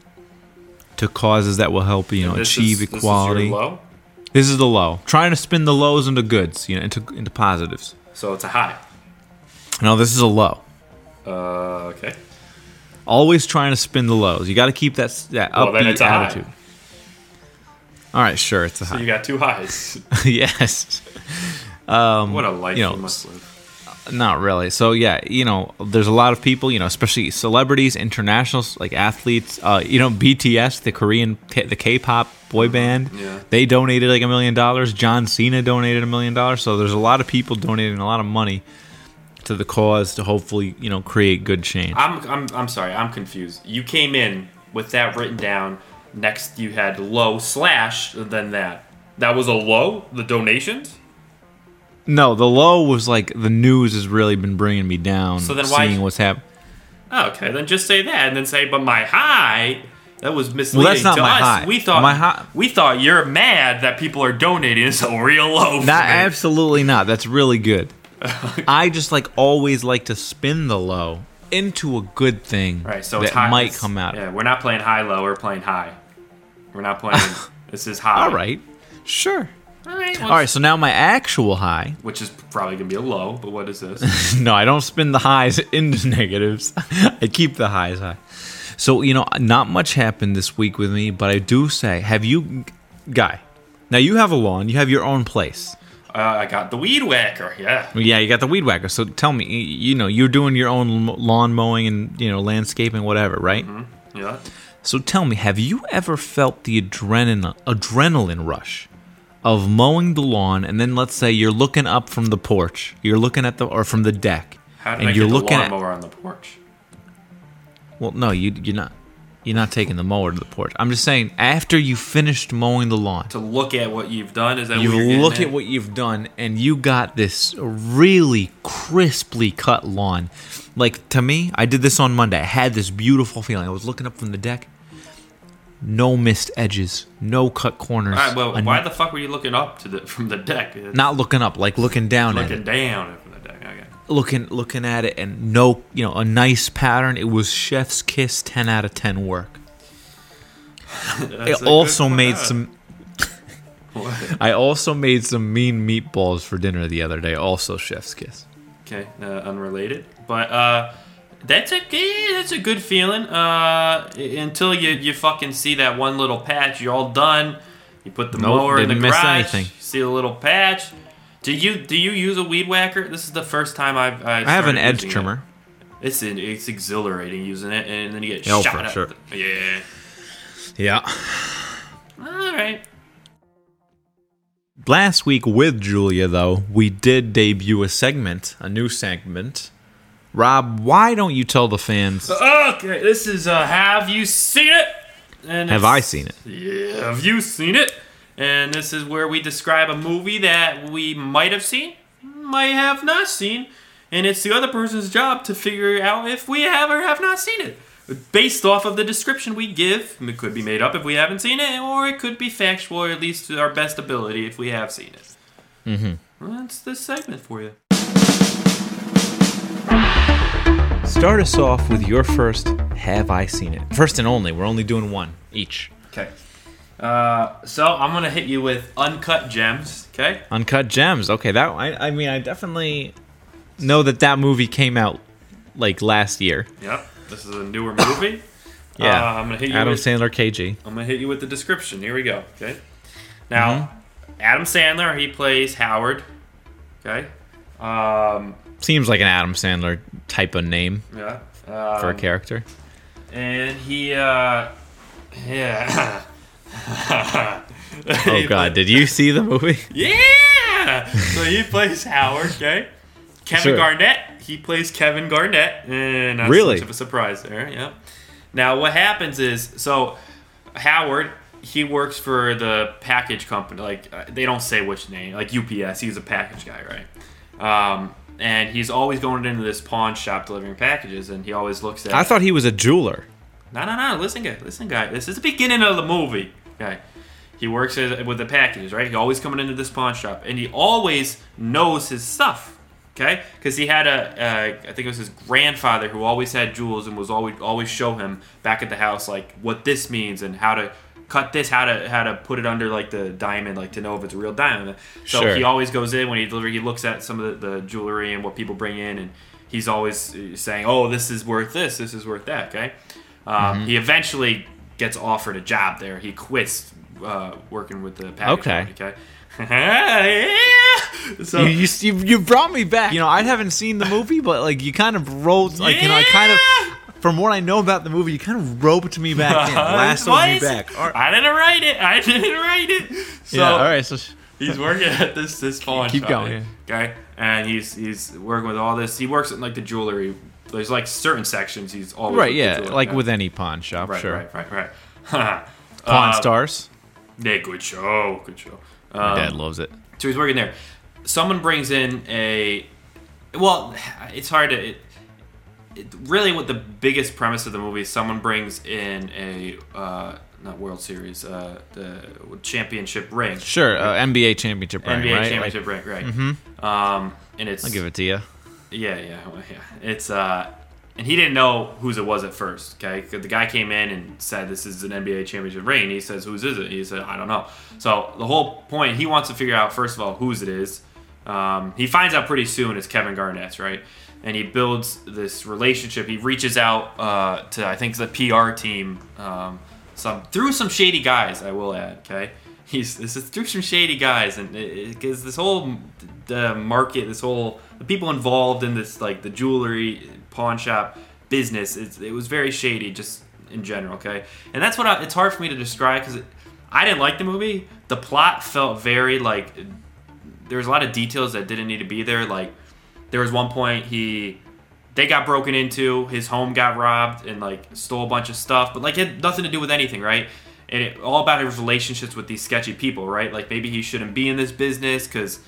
C: to causes that will help you know
D: This is-
C: achieve
D: this is your
C: equality.
D: low,
C: This is the low. Trying to spin the lows into goods, you know, into into positives.
D: so it's a high.
C: No, this is a low.
D: Uh, okay.
C: Always trying to spin the lows. You got to keep that s- that
D: Well, then
C: upbeat
D: it's a high.
C: attitude. All right, sure, it's a
D: So
C: high. [LAUGHS]
D: you got two highs.
C: yes,
D: what a life
C: Um, you
D: you,
C: know,
D: must live.
C: not really. So yeah, you know, there's a lot of people, you know, especially celebrities, internationals, like athletes. Uh, you know, BTS, the Korean, the K-pop boy band.
D: Uh-huh. Yeah.
C: They donated like a million dollars. John Cena donated a million dollars. So there's a lot of people donating a lot of money to the cause to hopefully, you know, create good change.
D: I'm, I'm, I'm sorry, I'm confused. You came in with that written down. Next, you had low slash, then that. That was a low, the donations?
C: No, the low was like the news has really been bringing me down.
D: So then why-
C: seeing what's happening?
D: Oh, okay, then just say that and then say, but my high. That was misleading
C: Well, that's not
D: to
C: my
D: us.
C: high.
D: We thought
C: My high-
D: we thought you're mad that people are donating. It's a real low. for
C: Not
D: me.
C: absolutely not. That's
D: [LAUGHS]
C: really good. I just like always like to spin the low into a good thing
D: Right, so
C: that
D: it's high.
C: might
D: it's-
C: come out.
D: Yeah, we're not playing high low. We're playing high. We're not playing.
C: [LAUGHS]
D: this is high.
C: All right, sure.
D: All right.
C: All right, so now my actual high. [LAUGHS]
D: Which is probably gonna be a low. But what is this?
C: No, I don't spin the highs [LAUGHS] into negatives. [LAUGHS] I keep the highs high. So you know, not much happened this week with me, but I do say, have you, guy? Now you have a lawn. You have your own place.
D: uh, I got the weed whacker. Yeah.
C: Yeah, you got the weed whacker. So tell me, y- you know, you're doing your own l- lawn mowing and you know landscaping, whatever, right?
D: Mm-hmm. Yeah.
C: So tell me, have you ever felt the adrenaline adrenaline rush of mowing the lawn, and then let's say you're looking up from the porch, you're looking at the or from the deck,
D: How did
C: and
D: I
C: you're
D: get
C: looking
D: the
C: at
D: lawnmower on the porch?
C: Well, no, you you're not you're not taking the mower to the porch. I'm just saying after you finished mowing the lawn,
D: To look at what you've done is that what you're
C: you
D: getting
C: look at
D: at?
C: what you've done and you got this really crisply cut lawn like to me i did this on monday i had this beautiful feeling i was looking up from the deck no missed edges no cut corners
D: All right. Well,
C: I'm
D: why the fuck were you looking up to the [LAUGHS] from the deck? It's
C: not looking up like looking down at
D: looking
C: it
D: down from the deck. Okay.
C: looking looking at it and no you know a nice pattern it was chef's kiss 10 out of 10 work
D: That's a
C: it also
D: good- [LAUGHS]
C: made some
D: What?
C: i also made some mean meatballs for dinner the other day also chef's kiss
D: Okay, uh, unrelated, but uh, that's a yeah, that's a good feeling. Uh, i- until you you fucking see that one little patch, you're all done. You put the
C: Nope,
D: mower in the
C: didn't miss
D: garage.
C: anything.
D: See the little patch. Do you do you use a weed whacker? This is the first time I've I've
C: i have an
D: started
C: edge
D: using it.
C: trimmer
D: It's in, it's exhilarating using it, and then you get
C: Oh,
D: shot
C: for
D: at.
C: sure.
D: Yeah.
C: yeah
D: All right.
C: Last week with Julia, though, we did debut a segment, a new segment. Rob, why don't you tell the fans?
D: Okay, this is uh, have you seen it? And
C: Have
D: it's-
C: I seen it?
D: Yeah, have you seen it? And this is where we describe a movie that we might have seen, might have not seen, and it's the other person's job to figure out if we have or have not seen it. Based off of the description we give, it could be made up if we haven't seen it, or it could be factual, or at least to our best ability if we have seen it. Mm-hmm. that's this segment for you.
C: Start us off with your first Have I Seen It? First and only. We're only doing one each.
D: Okay. Uh, so I'm gonna hit you with uncut gems. Okay.
C: Uncut Gems. Okay, that I, I mean, I definitely know that that movie came out like last year.
D: Yep. This is a newer movie.
C: [COUGHS] Yeah.
D: Uh, I'm gonna hit you
C: Adam
D: with.
C: Sandler KG.
D: I'm gonna hit you with the description. Here we go. Okay. Now,
C: Mm-hmm.
D: Adam Sandler, he plays Howard. Okay. Um,
C: Seems like an Adam Sandler type of name
D: yeah.
C: for
D: Um,
C: a character.
D: and he, uh, yeah. [LAUGHS]
C: Oh god, did you see the movie?
D: Yeah. So he plays Howard. Okay. Kevin
C: Sure.
D: Garnett. He plays Kevin Garnett. And not
C: Really?
D: so much of a surprise there. Yeah. Now what happens is so Howard he works for the package company. Like uh, they don't say which name. Like UPS. He's a package guy, right? Um, and he's always going into this pawn shop delivering packages, and he always looks at.
C: I thought he was a jeweler.
D: No, no, no. Listen, guy. Listen, guy. This is the beginning of the movie. Okay. He works as, with the packages, right? He always coming into this pawn shop, and he always knows his stuff. Okay, because he had a, uh, I think it was his grandfather who always had jewels and was always always show him back at the house like what this means and how to cut this, how to how to put it under like the diamond, like to know if it's a real diamond. So
C: Sure.
D: he always goes in when he delivers. He looks at some of the, the jewelry and what people bring in, and he's always uh, saying, "Oh, this is worth this. This is worth that." Okay. Um, He eventually gets offered a job there. He quits uh, working with the package.
C: Okay.
D: company, Okay. [LAUGHS] Yeah. So
C: You, you, you you brought me back. You know, I haven't seen the movie, but like you kind of rolled, like you know, I kind of, from what I know about the movie, you kind of roped me back [LAUGHS] in, lassoed
D: What
C: me
D: is-
C: back. All right.
D: I didn't write it. I [LAUGHS] didn't write it. So
C: yeah, all right. So sh-
D: he's working at this this pawn
C: Keep
D: shop,
C: going,
D: Okay, and he's he's working with all this. He works in like the jewelry. There's like certain sections he's always
C: right,
D: with the
C: yeah,
D: jewelry,
C: like
D: okay?
C: with any pawn shop,
D: right,
C: sure.
D: right, right, right, right. [LAUGHS]
C: Pawn
D: Uh,
C: stars.
D: Yeah, good show, good show.
C: My
D: Um,
C: dad loves it.
D: So he's working there. Someone brings in a. Well, it's hard to. It, it, really, what the biggest premise of the movie is someone brings in a. Uh, not World Series, uh, the championship ring.
C: Sure, uh, NBA championship ring,
D: NBA
C: right?
D: championship ring, right. Um, and it's.
C: Like, I'll give it to you.
D: Yeah, yeah, well, yeah. It's uh, and he didn't know whose it was at first. Okay, 'Cause the guy came in and said, "This is an NBA championship ring." He says, "Whose is it?" He said, "I don't know." So the whole point, he wants to figure out first of all whose it is. Um, he finds out pretty soon it's Kevin Garnett's, right? And he builds this relationship. He reaches out uh, to I think the PR team, um, some through some shady guys. I will add, okay. He's this is through some shady guys, and because this whole the market, this whole the people involved in this like the jewelry pawn shop business, it's, it was very shady just in general. Okay, and that's what I, it's hard for me to describe because I didn't like the movie. The plot felt very like there was a lot of details that didn't need to be there. Like there was one point he they got broken into, his home got robbed, and like stole a bunch of stuff, but like it had nothing to do with anything, right? And it all about his relationships with these sketchy people, right? Like maybe he shouldn't be in this business because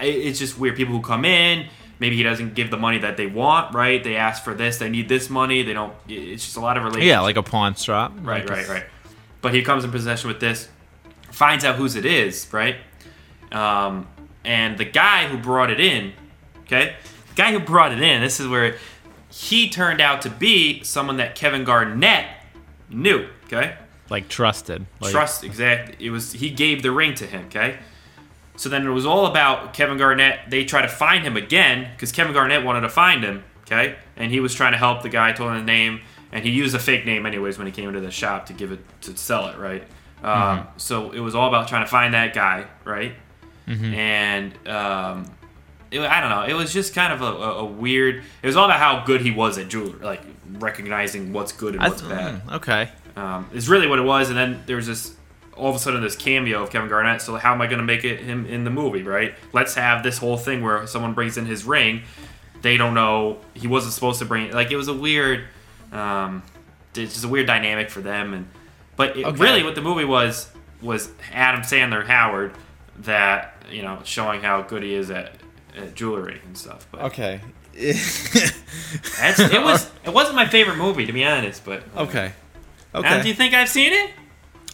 D: it's just weird. People who come in, maybe he doesn't give the money that they want, right? They ask for this, they need this money, they don't. it- It's just a lot of relationships.
C: [LAUGHS] Yeah, like a pawn shop.
D: Right,
C: Like
D: right,
C: a-
D: right. But he comes in possession with this, finds out whose it is, right? Um, and the guy who brought it in, okay, the guy who brought it in, this is where he turned out to be someone that Kevin Garnett knew, okay?
C: Like trusted. Like,
D: Trust, exactly. It was he gave the ring to him, okay? So then it was all about Kevin Garnett. They try to find him again because Kevin Garnett wanted to find him, okay? And he was trying to help the guy, told him the name, and he used a fake name anyways when he came into the shop to give it to sell it, right?
C: Mm-hmm.
D: Um, so it was all about trying to find that guy, right?
C: Mm-hmm.
D: And um, it, I don't know. It was just kind of a, a, a weird. It was all about how good he was at jewelry, like recognizing what's good and
C: I
D: what's
C: th-
D: bad
C: mm, okay.
D: um, is really what it was. And then there was this all of a sudden this cameo of Kevin Garnett. So how am I going to make it him in the movie? Right? Let's have this whole thing where someone brings in his ring. They don't know he wasn't supposed to bring it. Like it was a weird, um, it's just a weird dynamic for them. And but it,
C: Okay.
D: really, what the movie was was Adam Sandler and Howard that you know showing how good he is at, at jewelry and stuff. But
C: Okay.
D: that's, it
C: [LAUGHS]
D: was it wasn't my favorite movie to be honest. But uh,
C: okay. Okay.
D: Adam, do you think I've seen it?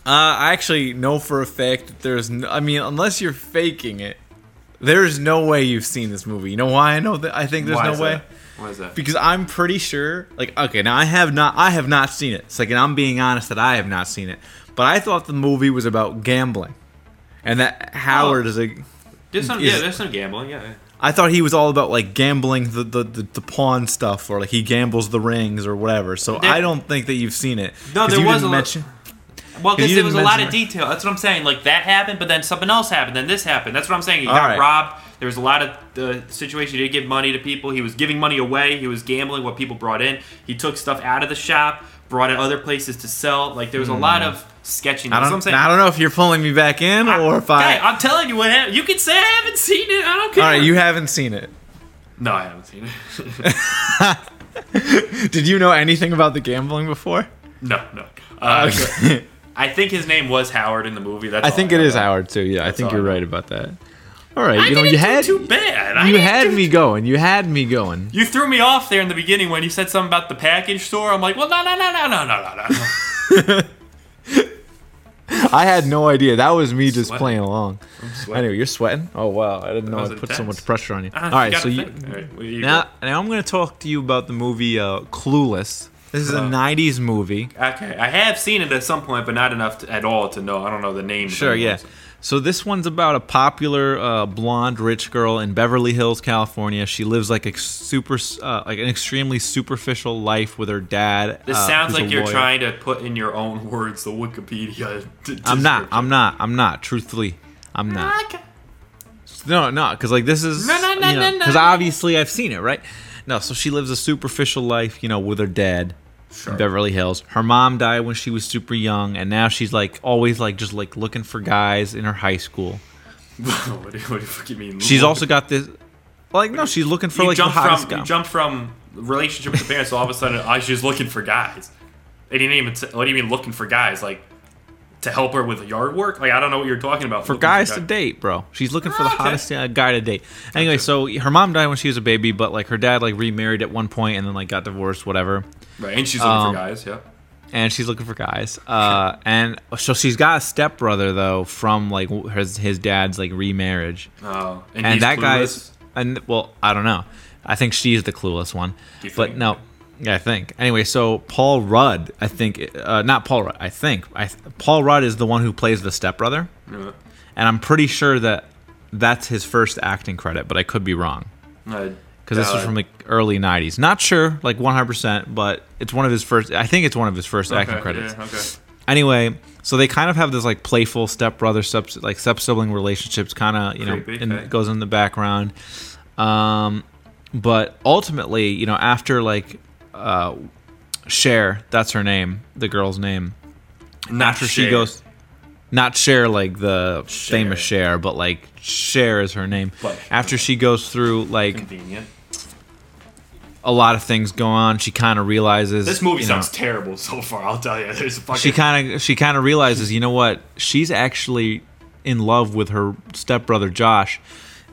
C: Uh, I actually know for a fact that there's. No, I mean, unless you're faking it, there's no way you've seen this movie. You know why I know that? I think there's
D: Why is
C: no way
D: that? Why is that?
C: because I'm pretty sure. Like, okay, now I have not. I have not seen it. It's like, and I'm being honest that I have not seen it. But I thought the movie was about gambling, and that Howard
D: Oh.
C: is a.
D: There's some,
C: Is-
D: yeah, there's some gambling, yeah. yeah.
C: I thought he was all about like gambling the, the, the, the pawn stuff or like he gambles the rings or whatever. So
D: There-
C: I don't think that you've seen it.
D: No,
C: 'Cause
D: there
C: you
D: was
C: didn't
D: a lo-
C: mention-
D: Well, because
C: you
D: there was a
C: didn't
D: lot
C: mention
D: of detail. That's what I'm saying. Like that happened, but then something else happened. Then this happened. That's what I'm saying. He got
C: Alright.
D: robbed. There was a lot of the situation. He did give money to people. He was giving money away. He was gambling what people brought in. He took stuff out of the shop, brought it other places to sell. Like there was a lot of sketching.
C: Hmm. I
D: That's what
C: don't,
D: I'm saying.
C: I don't know if you're pulling me back in or if I.
D: Hey, I'm telling you what happened. You can say I haven't seen it. I don't care.
C: all right, you haven't seen it.
D: No, I haven't seen it. [LAUGHS]
C: Did you know anything about the gambling before?
D: no, no. Uh, I think his name was Howard in the movie. That's
C: I
D: all
C: think
D: know
C: it is
D: about
C: Howard too. Yeah, I think
D: all
C: you're
D: I know.
C: right about that. All right,
D: I
C: you know
D: didn't
C: you
D: do
C: had
D: too bad. I
C: you
D: didn't
C: had
D: do
C: me going. You had me [LAUGHS] going.
D: You threw me off there in the beginning when you said something about the package store. I'm like, well, no, no, no, no, no, no, [LAUGHS] no, no.
C: I had no idea. That was me just
D: Sweating.
C: playing along. Anyway, you're sweating. Oh wow, I didn't know I
D: was
C: put so
D: intense.
C: much pressure on you.
D: Ah,
C: All right,
D: gotta
C: so you,
D: think. All right, well, you
C: now now I'm going to talk to you about the movie uh, Clueless. This is a '90s movie.
D: go. okay, I have seen it at some point, but not enough to, at all to know. I don't know the name.
C: Sure, yeah. So this one's about a popular uh, blonde rich girl in Beverly Hills, California. She lives like a super, uh, like an extremely superficial life with her dad.
D: This
C: uh,
D: sounds
C: who's a
D: like you're
C: lawyer.
D: trying to put in your own words the Wikipedia. [LAUGHS] d-
C: I'm not.
D: description.
C: I'm not. I'm not. Truthfully, I'm not. No, no, because like this is
D: No, no, no, no, no.
C: because obviously I've seen it, right? No, so she lives a superficial life, you know, with her dad in Beverly Hills. Her mom died when she was super young, and now she's like always like just like looking for guys in her high school.
D: what, do you, what do you fucking mean?
C: She's also got this. Like no, she's looking for
D: you
C: like the
D: jump
C: hottest
D: from
C: guy.
D: you jump from relationship with the parents. all of a sudden, I she's looking for guys. They didn't even. T- what do you mean looking for guys? Like to help her with yard work? Like I don't know what you're talking about.
C: for
D: looking
C: guys to
D: guy-
C: date, bro. She's looking for
D: Oh,
C: the
D: okay.
C: hottest uh, guy to date. Anyway, so her mom died when she was a baby, but like her dad like remarried at one point and then like got divorced, whatever.
D: Right, and she's looking
C: Um,
D: for guys. Yeah.
C: And she's looking for guys.
D: [LAUGHS]
C: Uh, and so she's got a stepbrother though from like his his dad's like remarriage,
D: Oh,
C: and
D: he's
C: that
D: clueless?
C: guy's and well, I don't know. I think she's the clueless one,
D: you
C: but
D: think?
C: no. Yeah, I think. Anyway, so Paul Rudd, I think, uh, not Paul Rudd. I think I, Paul Rudd is the one who plays the stepbrother.
D: Uh,
C: and I'm pretty sure that that's his first acting credit, but I could be wrong
D: uh,
C: because this was
D: valid.
C: from like early '90s. Not sure, like 100, percent but it's one of his first. I think it's one of his first acting
D: Okay,
C: credits.
D: Yeah, okay.
C: Anyway, so they kind of have this like playful stepbrother, sub like step sibling relationships, kind of you know,
D: Creepy,
C: in,
D: okay.
C: goes in the background. Um, but ultimately, you know, after like uh, Cher, that's her name, the girl's name
D: Not
C: after she goes not share like the famous share but like share is her name
D: But-
C: after she goes through like
D: Convenient.
C: a lot of things go on she kind of realizes
D: This movie
C: you know,
D: sounds terrible so far. I'll tell you. [LAUGHS] There's a fucking.
C: she kind of she kind of realizes you know what she's actually in love with her stepbrother josh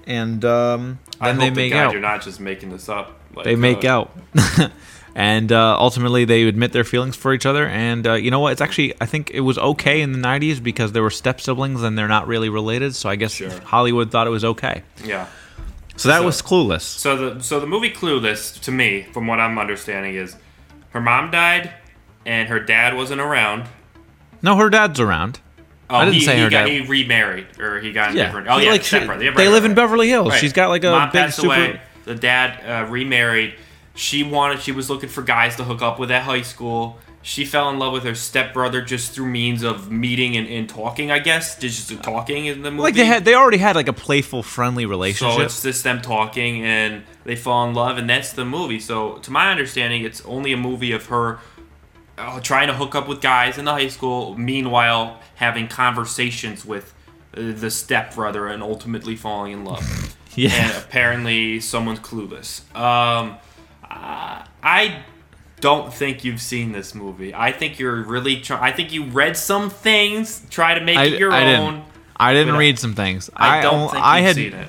C: and um
D: I
C: then
D: hope
C: they
D: to
C: make
D: God
C: out
D: You're not just making this up. Like,
C: they make
D: uh,
C: out [LAUGHS] and uh, ultimately they admit their feelings for each other and uh, you know what it's actually i think it was okay in the 90s because they were step siblings and they're not really related so i guess
D: Sure.
C: hollywood thought it was okay
D: Yeah.
C: so that
D: So-
C: was clueless
D: So the so the movie Clueless, to me, from what I'm understanding, is her mom died, and her dad wasn't around.
C: no her dad's around
D: Oh,
C: I didn't
D: he,
C: say
D: he
C: her
D: got,
C: dad-
D: He remarried, or he got
C: yeah,
D: different. Oh yeah,
C: like she-
D: separate.
C: they
D: Yeah, right,
C: live
D: right,
C: in
D: right.
C: beverly hills she's got like a
D: Mom
C: big
D: passed
C: super
D: away. The dad uh, remarried. She wanted. She was looking for guys to hook up with at high school. She fell in love with her stepbrother just through means of meeting and, and talking. I guess just talking in the movie.
C: like they had they already had like a playful friendly relationship
D: So it's just them talking and they fall in love, and that's the movie. So, to my understanding, it's only a movie of her uh, trying to hook up with guys in the high school, meanwhile, having conversations with uh, the stepbrother and ultimately falling in
C: [LAUGHS]
D: love.
C: Yeah.
D: And apparently, someone's clueless. Um, uh, I don't think you've seen this movie. I think you're really trying. I think you read some things, try to make
C: I,
D: it your
C: I
D: own.
C: didn't i didn't
D: But I-
C: read some things
D: I don't
C: on-
D: think
C: I
D: you've
C: had
D: seen it.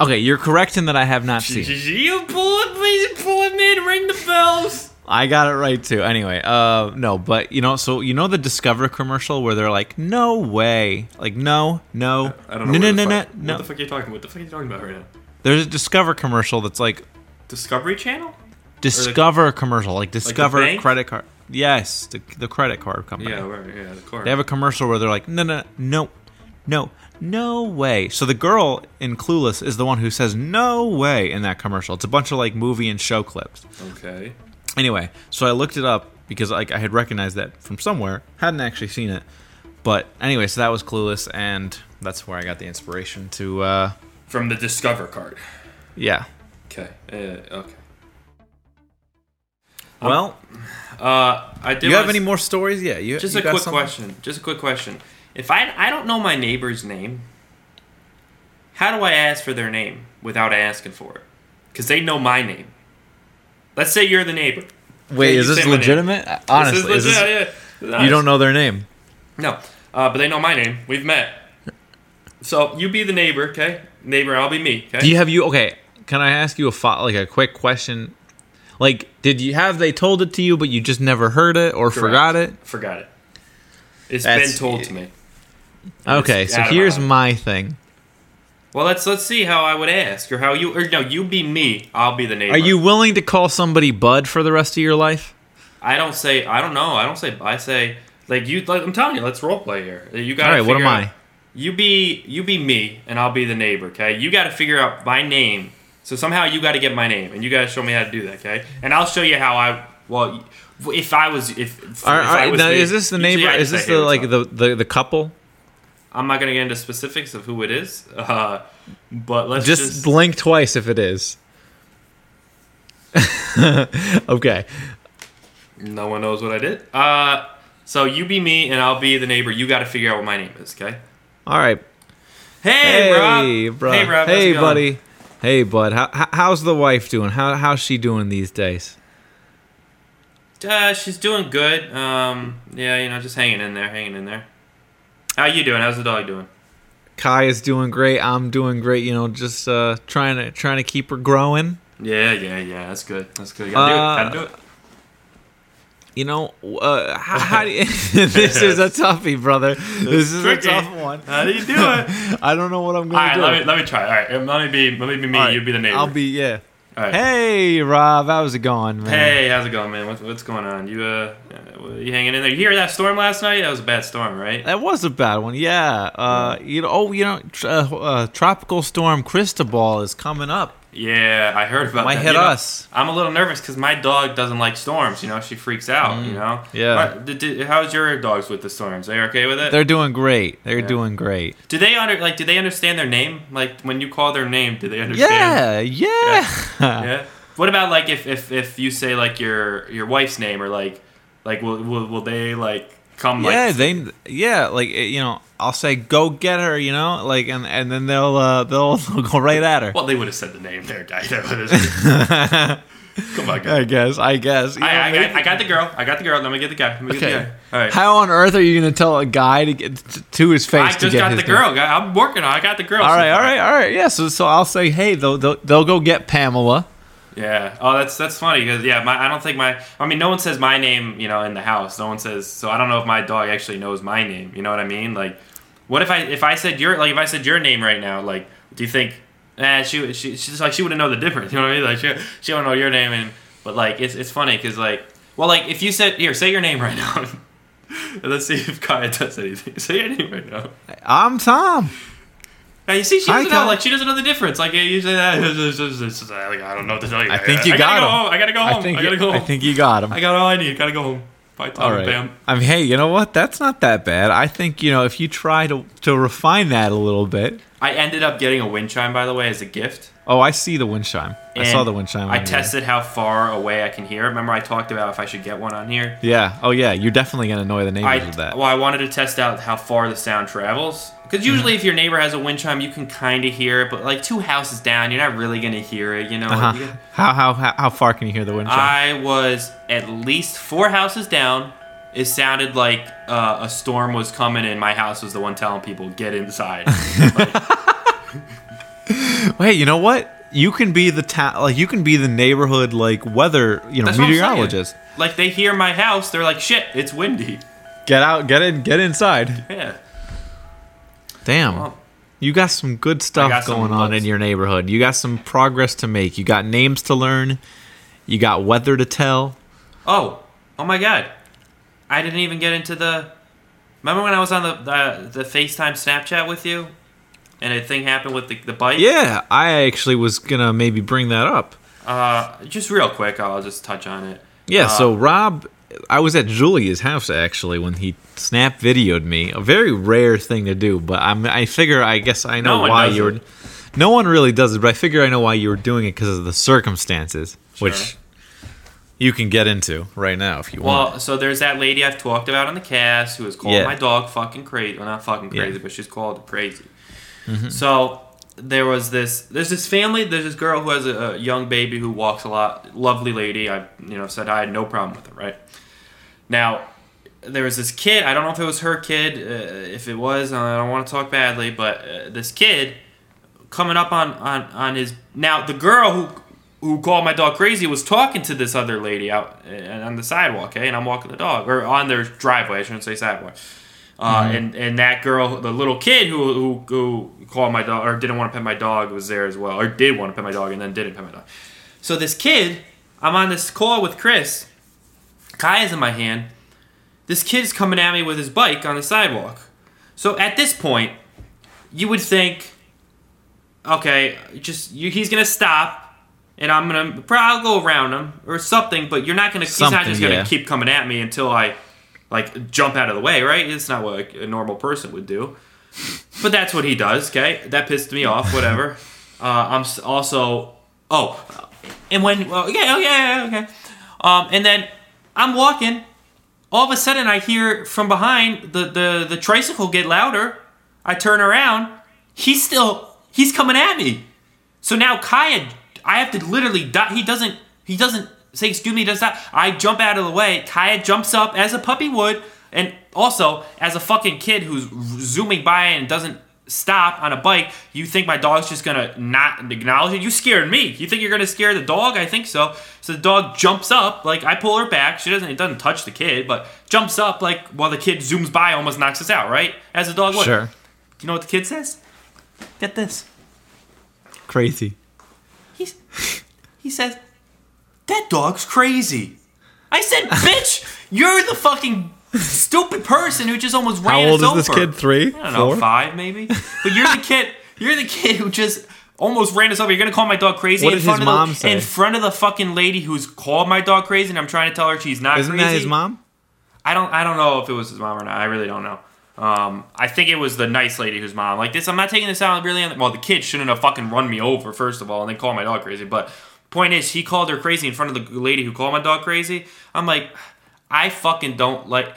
C: okay you're correct in that i have not seen it.
D: You pull it, please pull him in, ring the bells.
C: I got it right too. Anyway, uh, no, but you know, so you know the Discover commercial where they're like, "No way!" Like, no, no,
D: I don't
C: no,
D: know.
C: no,
D: what the
C: no, no,
D: fuck,
C: no.
D: What the fuck are you talking? What the fuck are you talking about right now?
C: There's a Discover commercial that's like
D: Discovery Channel?
C: Discover commercial, like Discover
D: bank?
C: credit card. Yes, the, the credit card company.
D: Yeah, Oh, right. Yeah, of course.
C: They have a commercial where they're like, "No, no, no, no, no way." So the girl in Clueless is the one who says "No way" in that commercial. It's a bunch of like movie and show clips.
D: okay.
C: Anyway, so I looked it up because like I had recognized that from somewhere, hadn't actually seen it. But anyway, so that was Clueless, and that's where I got the inspiration to, uh,
D: From the Discover card.
C: yeah.
D: Okay. Uh, okay. Um,
C: Well,
D: Uh, I did
C: do you have
D: wanna
C: any more stories? Yeah, you
D: Just
C: you
D: a
C: got
D: quick
C: something?
D: question. Just a quick question. If I I don't know my neighbor's name, how do I ask for their name without asking for it? Because they know my name. Let's say you're the neighbor.
C: Wait,
D: Yeah,
C: is
D: you
C: this
D: say my name.
C: legitimate? Honestly,
D: This is
C: is this-
D: legit, yeah, yeah.
C: you don't know their name.
D: No, uh, but they know my name. We've met. So you be the neighbor, okay? Neighbor, I'll be me. Okay.
C: Do you have you okay? Can I ask you a fo- like a quick question? Like, did you have they told it to you, but you just never heard it or forgot it?
D: Forgot it. It's
C: That's-
D: been told to me.
C: Okay,
D: It's
C: so
D: out of
C: here's
D: my-
C: my thing.
D: Well, let's let's see how I would ask, or how you, or no, you be me. I'll be the neighbor.
C: Are you willing to call somebody Bud for the rest of your life?
D: I don't say. I don't know. I don't say. I say like you. Like, I'm telling you, let's role play here. You got.
C: All right, what am I?
D: You be you be me, and I'll be the neighbor. Okay. You got to figure out my name. So somehow you got to get my name, and you got to show me how to do that. Okay. And I'll show you how I. Well, if I was if. if
C: All right, all
D: I
C: right,
D: was
C: now,
D: me,
C: is this the
D: usually
C: neighbor?
D: I
C: Is
D: just
C: this
D: say, "Hey,
C: the
D: what's
C: like
D: up?"
C: the, the the couple?
D: I'm not gonna get into specifics of who it is, [LAUGHS] uh, but let's
C: Just,
D: just
C: blink twice if it is. [LAUGHS] okay.
D: No one knows what I did. Uh, so you be me, and I'll be the neighbor. You got to figure out what my name is, okay?
C: All right.
D: Hey,
C: Hey,
D: Rob.
C: bro.
D: Hey, Rob. how's it
C: Hey,
D: going?
C: buddy. Hey, bud. How, how, how's the wife doing? How, how's she doing these days?
D: Uh, she's doing good. Um, yeah, you know, just hanging in there, hanging in there. How you doing? How's the dog doing?
C: Kai is doing great. I'm doing great. You know, just uh, trying to trying to keep her growing.
D: Yeah, yeah, yeah. That's good. That's good. You gotta
C: Uh,
D: do it. Gotta do it.
C: You know, uh, how, how do
D: [LAUGHS]
C: you, [LAUGHS] this is a toughie, brother. This is
D: tricky.
C: a tough one.
D: How do you
C: [LAUGHS]
D: do it? All
C: I don't know what I'm gonna
D: right,
C: do.
D: let me let me try. All right, um, let me be let me be me.
C: All right,
D: You be the neighbor.
C: I'll be yeah.
D: All right.
C: Hey, Rob, how's it going, man?
D: Hey, how's it going, man? What's, what's going on? You uh, uh, you hanging in there? You hear that storm last night? That was a bad storm, right?
C: That was a bad one, yeah. Uh, you know, oh, you know, tr- uh, uh, tropical storm Cristobal is coming up.
D: Yeah, I heard about
C: Might
D: that.
C: hit
D: You know,
C: us.
D: I'm a little nervous because my dog doesn't like storms. You know, she freaks out. you know.
C: Mm, yeah.
D: What- did- did- how's your dogs with the storms? Are they okay with it?
C: They're doing great. They're doing great.
D: do they under like? Do they understand their name? Like when you call their name, do they understand?
C: Yeah, yeah. [LAUGHS]
D: Yeah. What about like if if if you say like your your wife's name or like like will will, will they like come like
C: yeah they yeah like it- you know i'll say go get her you know like and and then they'll uh they'll, [LAUGHS] they'll go right at her
D: well they would have said the name there [LAUGHS] guy that would have come on guy.
C: [LAUGHS] i guess i guess You
D: I, I,
C: know,
D: got, I got the girl I got the girl let me get the guy let me get the
C: okay
D: guy all right
C: how on earth are you gonna tell a guy to get t- to his face
D: I
C: to
D: just
C: get
D: got
C: his
D: the girl guy I'm working on I got the girl
C: name? all
D: so
C: right all
D: far.
C: right all right yeah so so i'll say hey they'll they'll, they'll go get pamela
D: Yeah. Oh, that's that's funny because yeah, my I don't think my I mean no one says my name you know in the house. No one says so. I don't know if my dog actually knows my name. You know what I mean? Like, what if I if I said your like if I said your name right now? Like, do you think? Eh, she she she's like she wouldn't know the difference. [LAUGHS] You know what I mean? Like she she don't know your name and but like it's it's funny because like well like if you said here say your name right now. [LAUGHS] Let's see if Kaya does anything. [LAUGHS] Say your name right now.
C: i'm tom
D: Now you see, she
C: Hi,
D: doesn't know.
C: Kyle.
D: Like she doesn't know the difference. Like you say that. [LAUGHS] like, I don't know what to tell you.
C: I think you
D: I gotta
C: got
D: go
C: him.
D: home. I gotta go home. I,
C: i think
D: gotta go
C: i
D: home.
C: think you got him
D: I got all I need. Gotta go home. Bye, Tom.
C: all right.
D: Bam.
C: I mean, hey, you know what? That's not that bad. I think you know if you try to to refine that a little bit.
D: I ended up getting a wind chime, by the way, as a gift.
C: Oh, I see the wind chime. I saw
D: And
C: the wind chime.
D: I
C: on here.
D: tested how far away I can hear. Remember, I talked about if I should get one on here.
C: Yeah. Oh, yeah. You're definitely gonna annoy the neighbors
D: I
C: with that. Mm-hmm.
D: well, I wanted to test out how far the sound travels because usually if your neighbor has a wind chime, you can kind of hear it, but like two houses down, you're not really gonna hear it. You know,
C: Uh-huh.
D: You-
C: How, how how how far can you hear the wind chime?
D: I was at least four houses down. It sounded like uh, a storm was coming, and my house was the one telling people get
C: [LAUGHS]
D: inside.
C: Wait, you know what? You can be the town, like you can be the neighborhood, like weather, you know,
D: That's what I'm saying.
C: meteorologist.
D: Like they hear my house, they're like, "Shit, it's windy."
C: Get out, get in, get inside.
D: Yeah,
C: Damn,
D: Well,
C: you got some good
D: got
C: stuff
D: some
C: going on in
D: looks.
C: your neighborhood. You got some progress to make. You got names to learn. You got weather to tell.
D: Oh, oh my god. I didn't even get into the. Remember when I was on the the, the FaceTime Snapchat with you, and a thing happened with the, the bike.
C: Yeah, I actually was gonna maybe bring that up.
D: Uh, just real quick, I'll just touch on it.
C: Yeah,
D: Uh,
C: so Rob I was at Julia's house actually when he snap videoed me. A very rare thing to do, but I'm, I figure I guess I know
D: No one
C: why
D: does
C: you were.
D: it.
C: No one really does it, but I figure I know why you were doing it because of the circumstances, which
D: Sure.
C: you can get into right now if you want.
D: Well, so there's that lady I've talked about on the cast who has called
C: Yeah.
D: my dog fucking crazy. Well, not fucking
C: Yeah.
D: crazy,
C: Mm-hmm.
D: but she's called it crazy. So there was this. There's this family. There's this girl who has a, a young baby who walks a lot. Lovely lady. I you know said I had no problem with it. Right now. There was this kid. I don't know if it was her kid. Uh, if it was, I don't want to talk badly, but uh, this kid coming up on, on, on his now the girl who who called my dog crazy was talking to this other lady out uh, on the sidewalk okay and i'm walking the dog or on their driveway i shouldn't say sidewalk uh, and, and that girl the little kid who, who who called my dog or didn't want to pet my dog was there as well or did want to pet my dog and then didn't pet my dog so this kid i'm on this call with chris kaya's in my hand this kid's coming at me with his bike on the sidewalk so at this point you would think okay, just you, he's gonna stop, and I'm gonna probably go around him or something. But you're not gonna. he's not
C: Something,
D: just gonna
C: yeah.
D: keep coming at me until I like jump out of the way, right? It's not what like, a normal person would do. But that's what he does. Okay, that pissed me off.
C: [LAUGHS]
D: Whatever. uh, I'm s- also oh, and when well yeah oh, yeah yeah, okay, um, and then I'm walking. All of a sudden, I hear from behind the the the tricycle get louder. I turn around. He's still he's coming at me. So now Kaya, I have to literally. Di- he doesn't. He doesn't say excuse me. Does that? I jump out of the way. Kaya jumps up as a puppy would, and also as a fucking kid who's zooming by and doesn't stop on a bike. You think my dog's just gonna not acknowledge it? You scared me. You think you're gonna scare the dog? I think so. So the dog jumps up. Like I pull her back. She doesn't. It doesn't touch the kid, but jumps up like while the kid zooms by, almost knocks us out. Right? As a dog would.
C: sure,
D: You know what the kid says? Get this.
C: crazy.
D: He's, he says, That dog's crazy. I
C: [LAUGHS]
D: said, Bitch, you're the fucking stupid person who just almost
C: How
D: ran
C: old
D: us
C: is this
D: over.
C: kid? Three,
D: I don't know,
C: four.
D: five maybe? But
C: [LAUGHS]
D: you're the kid you're the kid who just almost ran us over. You're gonna call my dog crazy
C: What
D: in
C: did
D: front
C: his
D: of the
C: mom say?
D: in front of the fucking lady who's called my dog crazy and I'm trying to tell her she's not
C: Isn't
D: crazy.
C: that his mom?
D: I don't I don't know if it was his mom or not. I really don't know. Um, I think it was the nice lady whose mom. Like this, I'm not taking this out really. On, well, the kid shouldn't have fucking run me over first of all, and then call my dog crazy. But point is, he called her crazy in front of the lady who called my dog crazy. I'm like, I fucking don't like.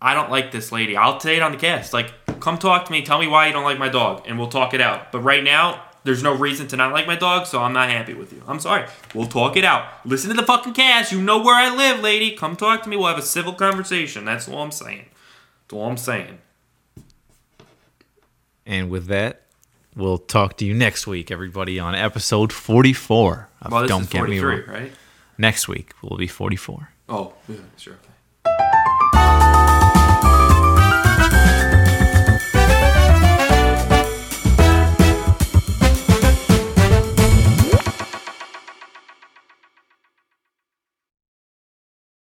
D: I don't like this lady. I'll say it on the cast. Like, come talk to me. Tell me why you don't like my dog, and we'll talk it out. But right now, there's no reason to not like my dog, so I'm not happy with you. I'm sorry. We'll talk it out. Listen to the fucking cast. You know where I live, lady. Come talk to me. We'll have a civil conversation. That's all I'm saying. That's all I'm saying.
C: And with that, we'll talk to you next week, everybody, on episode forty-four. Of
D: Well, this
C: Don't
D: is
C: get me
D: 43,
C: wrong.
D: right?
C: Next week will be forty-four.
D: Oh, yeah, sure. Okay.